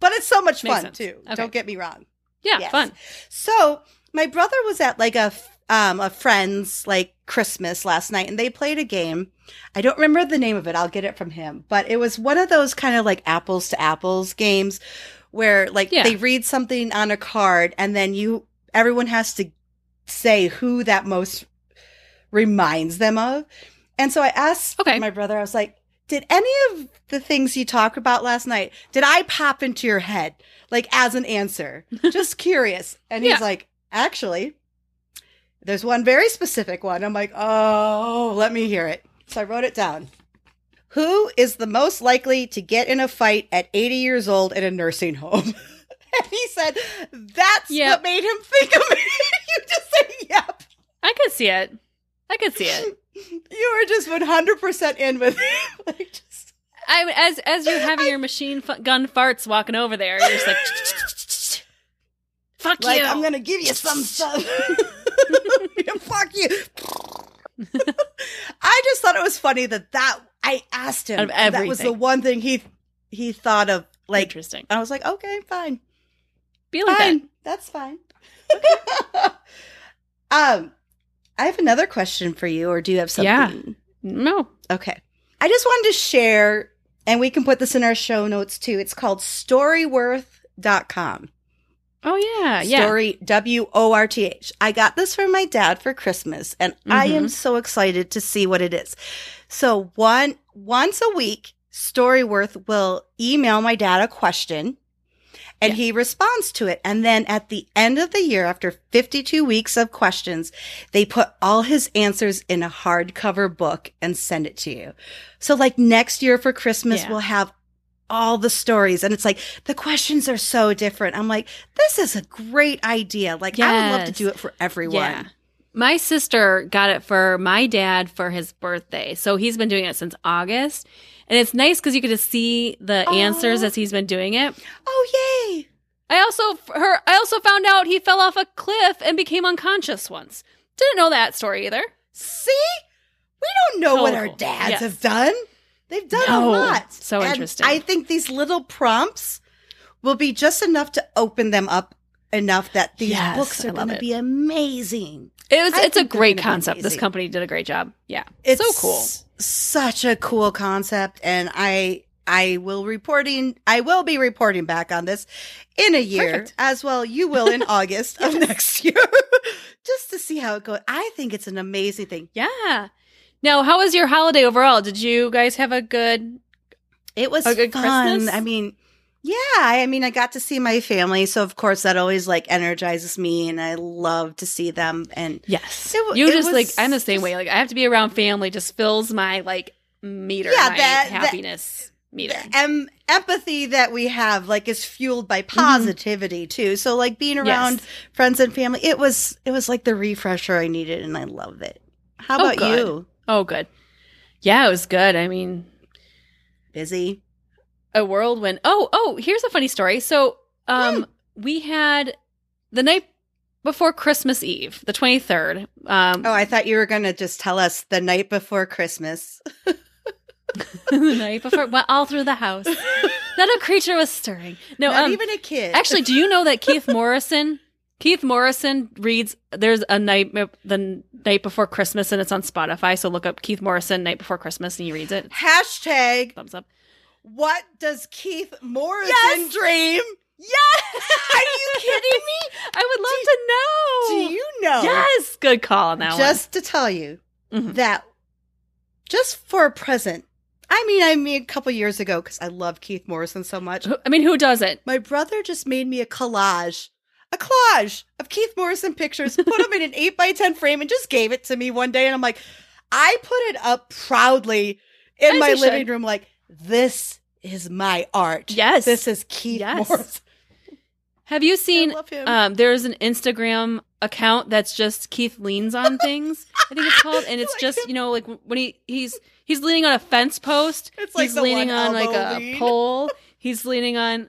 [SPEAKER 1] but it's so much
[SPEAKER 2] Makes
[SPEAKER 1] fun
[SPEAKER 2] sense.
[SPEAKER 1] too.
[SPEAKER 2] Okay.
[SPEAKER 1] Don't get me wrong.
[SPEAKER 2] Yeah,
[SPEAKER 1] Yes.
[SPEAKER 2] fun.
[SPEAKER 1] So my brother was at like a f- um a friend's like Christmas last night, and they played a game. I don't remember the name of it. I'll get it from him. But it was one of those kind of like apples to apples games where like
[SPEAKER 2] Yeah.
[SPEAKER 1] they read something on a card, and then you everyone has to say who that most reminds them of. And so I asked
[SPEAKER 2] Okay.
[SPEAKER 1] my brother, I was like, did any of the things you talked about last night, did I pop into your head like as an answer? Just curious. And
[SPEAKER 2] Yeah.
[SPEAKER 1] he's like, actually, There's one very specific one. I'm like, oh, let me hear it. So I wrote it down. Who is the most likely to get in a fight at 80 years old in a nursing home? and he said, that's
[SPEAKER 2] Yep.
[SPEAKER 1] what made him think of me. you just said, yep.
[SPEAKER 2] I could see it. I could see it.
[SPEAKER 1] You were just 100% in with me. like, just,
[SPEAKER 2] I mean, as as you're having your machine f- gun farts walking over there, you're just like, fuck
[SPEAKER 1] like
[SPEAKER 2] you.
[SPEAKER 1] I'm going to give you some stuff. Yeah, Fuck you. I just thought it was funny that that I asked him.
[SPEAKER 2] Out of
[SPEAKER 1] That was the
[SPEAKER 2] everything.
[SPEAKER 1] one thing he he thought of. Like,
[SPEAKER 2] Interesting.
[SPEAKER 1] I was like, okay, fine.
[SPEAKER 2] Be like
[SPEAKER 1] fine.
[SPEAKER 2] that.
[SPEAKER 1] That's fine. um, I have another question for you, or do you have something?
[SPEAKER 2] Yeah. No.
[SPEAKER 1] Okay. I just wanted to share, and we can put this in our show notes too. It's called storyworth.com.
[SPEAKER 2] Oh yeah, yeah.
[SPEAKER 1] Story W O R T H. I got this from my dad for Christmas, and I
[SPEAKER 2] Mm-hmm.
[SPEAKER 1] am so excited to see what it is. So one once a week, Storyworth will email my dad a question, and he responds to it. And then at the end of the year, after fifty-two weeks of questions, they put all his answers in a hardcover book and send it to you. So like next year for Christmas,
[SPEAKER 2] Yeah.
[SPEAKER 1] we'll have all the stories and it's like the questions are so different. I'm like, this is a great idea. Like I would love to
[SPEAKER 2] Yes.
[SPEAKER 1] do it for everyone.
[SPEAKER 2] My sister got it for my dad for his birthday. So he's been doing it since August. And it's nice because you get to see the
[SPEAKER 1] Aw.
[SPEAKER 2] answers as he's been doing it.
[SPEAKER 1] Oh yay.
[SPEAKER 2] I also her I also found out he fell off a cliff and became unconscious once. Didn't know that story either.
[SPEAKER 1] See? We don't know what our
[SPEAKER 2] Total.
[SPEAKER 1] dads
[SPEAKER 2] Yes.
[SPEAKER 1] have done. They've done
[SPEAKER 2] No.
[SPEAKER 1] a lot.
[SPEAKER 2] So
[SPEAKER 1] And
[SPEAKER 2] interesting.
[SPEAKER 1] I think these little prompts will be just enough to open them up enough that these
[SPEAKER 2] Yes,
[SPEAKER 1] books
[SPEAKER 2] I
[SPEAKER 1] are
[SPEAKER 2] love
[SPEAKER 1] going to
[SPEAKER 2] it.
[SPEAKER 1] be amazing.
[SPEAKER 2] It was
[SPEAKER 1] I
[SPEAKER 2] it's a
[SPEAKER 1] think they're
[SPEAKER 2] great
[SPEAKER 1] gonna be
[SPEAKER 2] concept. This
[SPEAKER 1] amazing.
[SPEAKER 2] company did a great job. Yeah.
[SPEAKER 1] It's
[SPEAKER 2] so cool.
[SPEAKER 1] Such a cool concept and I I will reporting I will be reporting back on this in a year
[SPEAKER 2] Perfect.
[SPEAKER 1] as well you will in August of next year just to see how it goes. I think it's an amazing thing.
[SPEAKER 2] Yeah. Now, how was your holiday overall? Did you guys have a good
[SPEAKER 1] It was
[SPEAKER 2] A good
[SPEAKER 1] fun.
[SPEAKER 2] Christmas?
[SPEAKER 1] I mean, yeah, I mean, I got to see my family, so of course that always like energizes me, and I love to see them. And
[SPEAKER 2] Yes.
[SPEAKER 1] It w-
[SPEAKER 2] you
[SPEAKER 1] it
[SPEAKER 2] just like
[SPEAKER 1] was
[SPEAKER 2] I'm the same
[SPEAKER 1] just-
[SPEAKER 2] way. Like I have to be around family just fills my like meter,
[SPEAKER 1] Yeah,
[SPEAKER 2] my
[SPEAKER 1] that- that-
[SPEAKER 2] happiness meter.
[SPEAKER 1] the em- empathy that we have, like, is fueled by positivity too. So, like, being
[SPEAKER 2] Mm-hmm. Yes.
[SPEAKER 1] around friends and family, it was it was like the refresher I needed, and I love it. How
[SPEAKER 2] Oh,
[SPEAKER 1] about
[SPEAKER 2] good.
[SPEAKER 1] you?
[SPEAKER 2] Oh good. Yeah, it was good. I mean,
[SPEAKER 1] Busy?
[SPEAKER 2] a whirlwind. Oh, oh, here's a funny story. So, um
[SPEAKER 1] Hmm.
[SPEAKER 2] we had the night before Christmas Eve, the 23rd. Um
[SPEAKER 1] Oh, I thought you were gonna just tell us the night before Christmas.
[SPEAKER 2] the night before went all through the house. Not a creature was stirring. No,
[SPEAKER 1] Not
[SPEAKER 2] um,
[SPEAKER 1] even a kid.
[SPEAKER 2] Actually, do you know that Keith Morrison? Keith Morrison reads. There's a night the night before Christmas, and it's on Spotify. So look up Keith Morrison night before Christmas, and he reads it.
[SPEAKER 1] hashtag
[SPEAKER 2] Thumbs up.
[SPEAKER 1] What does Keith Morrison
[SPEAKER 2] Yes!
[SPEAKER 1] dream? Yes! Are you kidding me?
[SPEAKER 2] I would love to know.
[SPEAKER 1] Do you know?
[SPEAKER 2] Oh, Yes, good call on that
[SPEAKER 1] Just to tell you
[SPEAKER 2] Mhm.
[SPEAKER 1] that just for a present, I mean, I mean, a couple years ago, because I love Keith Morrison so much,
[SPEAKER 2] one. Who- I mean, who does it?
[SPEAKER 1] my brother just made me a collage, a collage of Keith Morrison pictures, put them in an 8 by 10 frame, and just gave it to me one day. And I'm like, I put it up proudly in
[SPEAKER 2] As
[SPEAKER 1] my
[SPEAKER 2] you should.
[SPEAKER 1] living room, like, this is my art.
[SPEAKER 2] Yes.
[SPEAKER 1] This is Keith
[SPEAKER 2] Yes.
[SPEAKER 1] Morrison.
[SPEAKER 2] Have you
[SPEAKER 1] I
[SPEAKER 2] seen?
[SPEAKER 1] love him.
[SPEAKER 2] Um, there's an Instagram account that's just Keith leans on things. I think it's called, and it's
[SPEAKER 1] Like
[SPEAKER 2] just
[SPEAKER 1] him.
[SPEAKER 2] you know like when he he's he's leaning on a fence post.
[SPEAKER 1] It's like
[SPEAKER 2] he's
[SPEAKER 1] the
[SPEAKER 2] leaning
[SPEAKER 1] one
[SPEAKER 2] on like
[SPEAKER 1] elbow
[SPEAKER 2] a
[SPEAKER 1] lean.
[SPEAKER 2] pole. He's leaning on.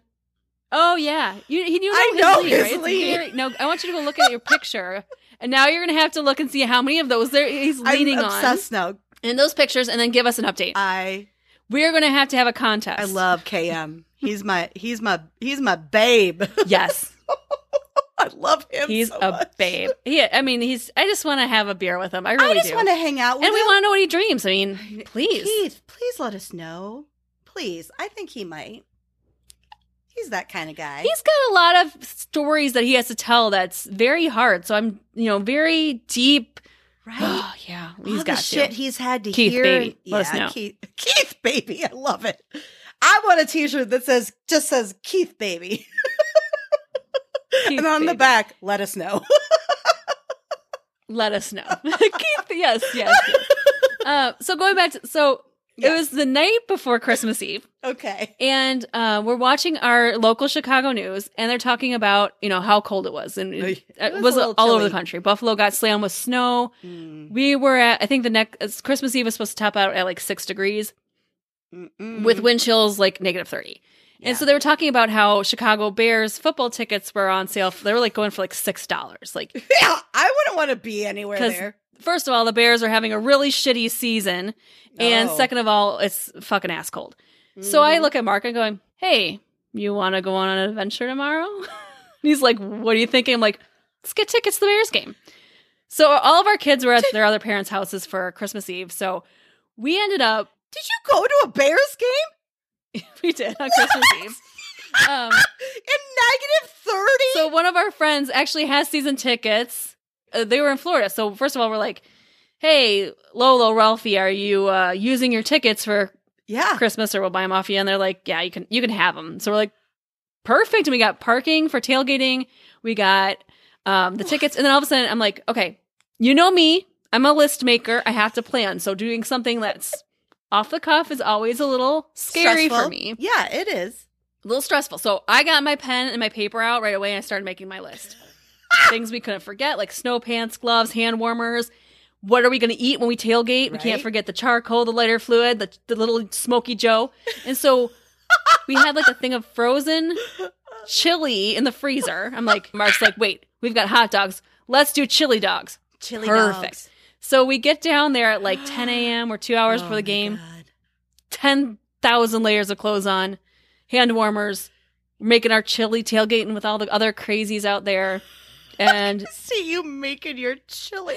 [SPEAKER 2] Oh yeah, you he knew.
[SPEAKER 1] I know his lean.
[SPEAKER 2] no, I want you to go look at your picture, and now you're gonna have to look and see how many of those there he's leaning
[SPEAKER 1] I'm
[SPEAKER 2] on
[SPEAKER 1] obsessed now.
[SPEAKER 2] in those pictures, and then give us an update.
[SPEAKER 1] I
[SPEAKER 2] We're gonna have to have a contest.
[SPEAKER 1] I love KM. He's my he's my he's my babe.
[SPEAKER 2] Yes,
[SPEAKER 1] I love him.
[SPEAKER 2] he's
[SPEAKER 1] so
[SPEAKER 2] a
[SPEAKER 1] much.
[SPEAKER 2] babe. He, I mean, he's. I just want to have a beer with him. I really
[SPEAKER 1] I just
[SPEAKER 2] do.
[SPEAKER 1] want to hang out with
[SPEAKER 2] and we
[SPEAKER 1] him.
[SPEAKER 2] want to know what he dreams. I mean, please.
[SPEAKER 1] Keith, please let us know. Please, I think he might. He's that kind of guy.
[SPEAKER 2] He's got a lot of stories that he has to tell that's very hard. So I'm, you know, very deep.
[SPEAKER 1] right.
[SPEAKER 2] Oh, yeah.
[SPEAKER 1] All
[SPEAKER 2] He's
[SPEAKER 1] the
[SPEAKER 2] got
[SPEAKER 1] shit
[SPEAKER 2] to.
[SPEAKER 1] he's had to
[SPEAKER 2] Keith,
[SPEAKER 1] hear.
[SPEAKER 2] baby,
[SPEAKER 1] and-
[SPEAKER 2] let us
[SPEAKER 1] yeah,
[SPEAKER 2] know.
[SPEAKER 1] Keith, Keith, baby. I love it. I want a T-shirt that says just says Keith, baby,
[SPEAKER 2] Keith,
[SPEAKER 1] and on the
[SPEAKER 2] baby.
[SPEAKER 1] back, let us know.
[SPEAKER 2] Let us know. Keith, yes, yes. yes. Uh, so going back to, so
[SPEAKER 1] Yeah.
[SPEAKER 2] it was the night before Christmas Eve,
[SPEAKER 1] Okay.
[SPEAKER 2] and uh, we're watching our local Chicago news, and they're talking about, you know, how cold it was. And
[SPEAKER 1] Oh, yeah.
[SPEAKER 2] it,
[SPEAKER 1] It was
[SPEAKER 2] was,
[SPEAKER 1] a little
[SPEAKER 2] all over the
[SPEAKER 1] chilly.
[SPEAKER 2] country. Buffalo got slammed with snow.
[SPEAKER 1] Mm,
[SPEAKER 2] We were at, I think the next, it's- Christmas Eve was supposed to top out at like six degrees
[SPEAKER 1] mm, Mm-hmm.
[SPEAKER 2] with wind chills like negative 30. And so they were talking about how Chicago Bears football tickets were on sale. They were like going for like $6. Like,
[SPEAKER 1] yeah, I wouldn't want to be anywhere
[SPEAKER 2] 'Cause-
[SPEAKER 1] there.
[SPEAKER 2] first of all, the Bears are having a really shitty season. And
[SPEAKER 1] Oh. Mm-hmm.
[SPEAKER 2] second of all, it's fucking ass cold. So I look at Mark and going, hey, you want to go on an adventure tomorrow? and he's like, what are you thinking? I'm like, let's get tickets to the Bears game. So all of our kids were at their other parents' houses for Christmas Eve. So we ended up,
[SPEAKER 1] Did you go to a Bears game
[SPEAKER 2] we did on Christmas Eve. Um,
[SPEAKER 1] in negative 30?
[SPEAKER 2] so one of our friends actually has season tickets. Uh, they were in Florida, so first of all, we're like, "Hey, Lolo, Ralphie, are you uh, using your tickets for
[SPEAKER 1] yeah.
[SPEAKER 2] Christmas, or we'll buy them off you?" And they're like, "Yeah, you can, you can have them." So we're like, "Perfect!" And we got parking for tailgating. We got um, the tickets, and then all of a sudden, I'm like, "Okay, you know me. I'm a list maker. I have to plan. So doing something that's off the cuff is always a little scary
[SPEAKER 1] Stressful.
[SPEAKER 2] for me."
[SPEAKER 1] Yeah, it is.
[SPEAKER 2] a little stressful. So I got my pen and my paper out right away and I started making my list. Things we couldn't forget, like snow pants, gloves, hand warmers. What are we going to eat when we tailgate? We
[SPEAKER 1] Right.
[SPEAKER 2] can't forget the charcoal, the lighter fluid, the, the little smoky Joe. And so we had like a thing of frozen chili in the freezer. I'm like, Mark's like, wait, we've got hot dogs. Let's do chili dogs.
[SPEAKER 1] Chili
[SPEAKER 2] Perfect.
[SPEAKER 1] dogs.
[SPEAKER 2] So we get down there at like 10 a.m. or two hours
[SPEAKER 1] Oh
[SPEAKER 2] before
[SPEAKER 1] my
[SPEAKER 2] the game.
[SPEAKER 1] God.
[SPEAKER 2] 10,000 layers of clothes on, hand warmers, making our chili tailgating with all the other crazies out there. And
[SPEAKER 1] I See you making your chili.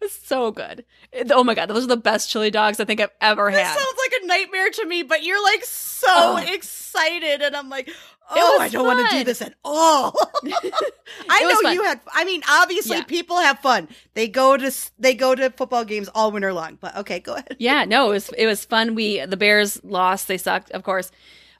[SPEAKER 2] it's so good. It- oh my God, those are the best chili dogs I think I've ever
[SPEAKER 1] This
[SPEAKER 2] had.
[SPEAKER 1] sounds like a nightmare to me, but you're like so
[SPEAKER 2] Oh.
[SPEAKER 1] excited, and I'm like, oh,
[SPEAKER 2] was
[SPEAKER 1] I don't want to do
[SPEAKER 2] fun.
[SPEAKER 1] this at all. I
[SPEAKER 2] It was
[SPEAKER 1] know
[SPEAKER 2] fun.
[SPEAKER 1] you had. I mean, obviously,
[SPEAKER 2] Yeah.
[SPEAKER 1] people have fun. They go to s- they go to football games all winter long. But okay, go ahead.
[SPEAKER 2] yeah, no, it was, it was fun. We The Bears lost, they sucked, of course.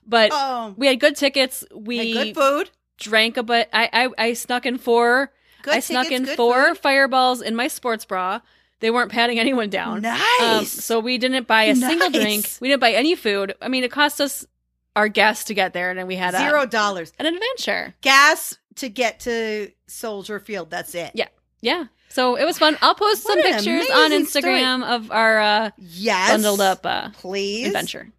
[SPEAKER 2] But
[SPEAKER 1] Oh,
[SPEAKER 2] we had good tickets.
[SPEAKER 1] and
[SPEAKER 2] We
[SPEAKER 1] good food.
[SPEAKER 2] drank a bit. I, I, I snuck in four.
[SPEAKER 1] Good
[SPEAKER 2] I snuck
[SPEAKER 1] tickets,
[SPEAKER 2] in
[SPEAKER 1] good
[SPEAKER 2] four
[SPEAKER 1] food.
[SPEAKER 2] fireballs in my sports bra. They weren't patting anyone down.
[SPEAKER 1] Nice.
[SPEAKER 2] Um, so we didn't buy a single
[SPEAKER 1] Nice.
[SPEAKER 2] drink. We didn't buy any food. I mean, it cost us our gas to get there, and then we had a-
[SPEAKER 1] Zero dollars.
[SPEAKER 2] an adventure.
[SPEAKER 1] Gas to get to Soldier Field. That's it.
[SPEAKER 2] Yeah. Yeah. So it was fun. I'll post
[SPEAKER 1] What
[SPEAKER 2] some
[SPEAKER 1] an
[SPEAKER 2] pictures on
[SPEAKER 1] amazing story.
[SPEAKER 2] Instagram of our uh,
[SPEAKER 1] Yes.
[SPEAKER 2] bundled up uh,
[SPEAKER 1] Please.
[SPEAKER 2] adventure.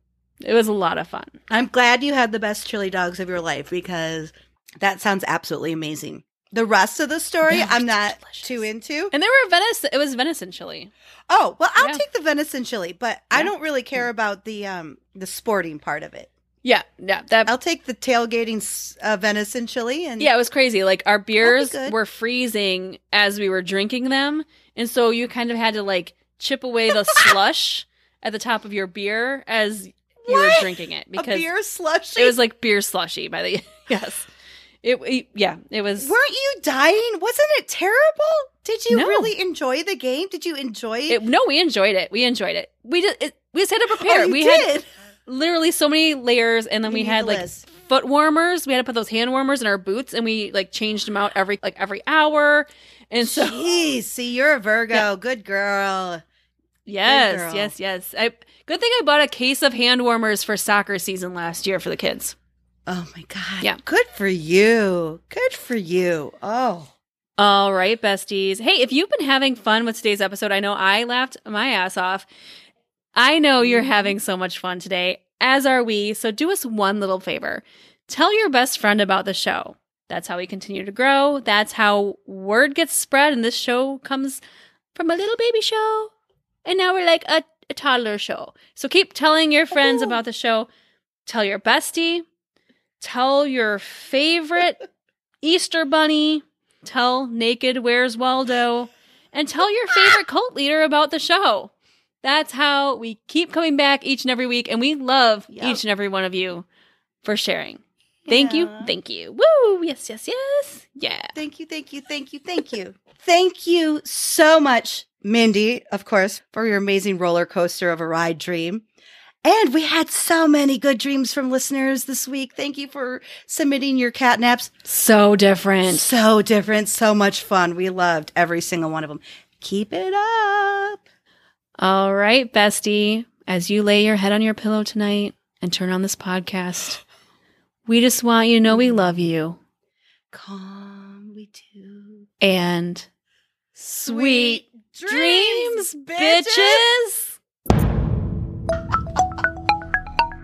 [SPEAKER 2] It was a lot of fun.
[SPEAKER 1] I'm glad you had the best chili dogs of your life because that sounds absolutely amazing. The rest of the story,
[SPEAKER 2] They were
[SPEAKER 1] I'm not
[SPEAKER 2] delicious.
[SPEAKER 1] too into.
[SPEAKER 2] And there were venison. It was venison chili.
[SPEAKER 1] Oh well, I'll
[SPEAKER 2] Yeah.
[SPEAKER 1] take the venison chili, but I
[SPEAKER 2] Yeah.
[SPEAKER 1] don't really care about the um the sporting part of it.
[SPEAKER 2] Yeah. Yeah. That.
[SPEAKER 1] I'll take the tailgating s- uh, venison chili and
[SPEAKER 2] yeah, it was crazy. Like our beers
[SPEAKER 1] good.
[SPEAKER 2] were freezing as we were drinking them, and so you kind of had to like chip away the slush at the top of your beer as you were
[SPEAKER 1] What?
[SPEAKER 2] drinking it
[SPEAKER 1] a
[SPEAKER 2] because
[SPEAKER 1] beer slushy.
[SPEAKER 2] It was like beer slushy by the yes. It, it- yeah, it was
[SPEAKER 1] Weren't you dying? Wasn't it terrible? Did you
[SPEAKER 2] No.
[SPEAKER 1] really enjoy the game? Did you enjoy
[SPEAKER 2] it, no, we enjoyed it. We enjoyed it. We just it, we just had to prepare.
[SPEAKER 1] Oh, you
[SPEAKER 2] we had
[SPEAKER 1] did.
[SPEAKER 2] literally so many layers and then
[SPEAKER 1] You
[SPEAKER 2] we
[SPEAKER 1] need
[SPEAKER 2] had
[SPEAKER 1] the
[SPEAKER 2] like
[SPEAKER 1] list.
[SPEAKER 2] foot warmers. We had to put those hand warmers in our boots and we like changed them out every like every hour. And so
[SPEAKER 1] Jeez, see, you're a Virgo. Good girl.
[SPEAKER 2] yes,
[SPEAKER 1] girl.
[SPEAKER 2] yes, yes. I good thing I bought a case of hand warmers for soccer season last year for the kids.
[SPEAKER 1] Oh my god.
[SPEAKER 2] Yeah.
[SPEAKER 1] Good for you. Good for you. Oh.
[SPEAKER 2] All right, besties. Hey, if you've been having fun with today's episode, I know I laughed my ass off. I know you're having so much fun today, as are we. So do us one little favor tell your best friend about the show. That's how we continue to grow. That's how word gets spread. And this show comes from a little baby show. And now we're like a, a toddler show. So keep telling your friends
[SPEAKER 1] Ooh.
[SPEAKER 2] about the show. Tell your bestie. Tell your favorite Easter bunny. Tell Naked Where's Waldo. And tell your favorite cult leader about the show. That's how we keep coming back each and every week. And we love
[SPEAKER 1] Yep.
[SPEAKER 2] each and every one of you for sharing. Thank you.
[SPEAKER 1] Yeah.
[SPEAKER 2] Thank you. Woo! Yes, yes, yes. Yeah.
[SPEAKER 1] Thank you, thank you, thank you, thank you. thank you so much, Mindy, of course, for your amazing roller coaster of a ride dream. And we had so many good dreams from listeners this week. Thank you for submitting your catnaps.
[SPEAKER 2] So different.
[SPEAKER 1] So different, so much fun. We loved every single one of them. Keep it up.
[SPEAKER 2] All right, bestie. As you lay your head on your pillow tonight and turn on this podcast, we just want you to know we love you
[SPEAKER 1] Calm, we do.
[SPEAKER 2] and sweet dreams, bitches.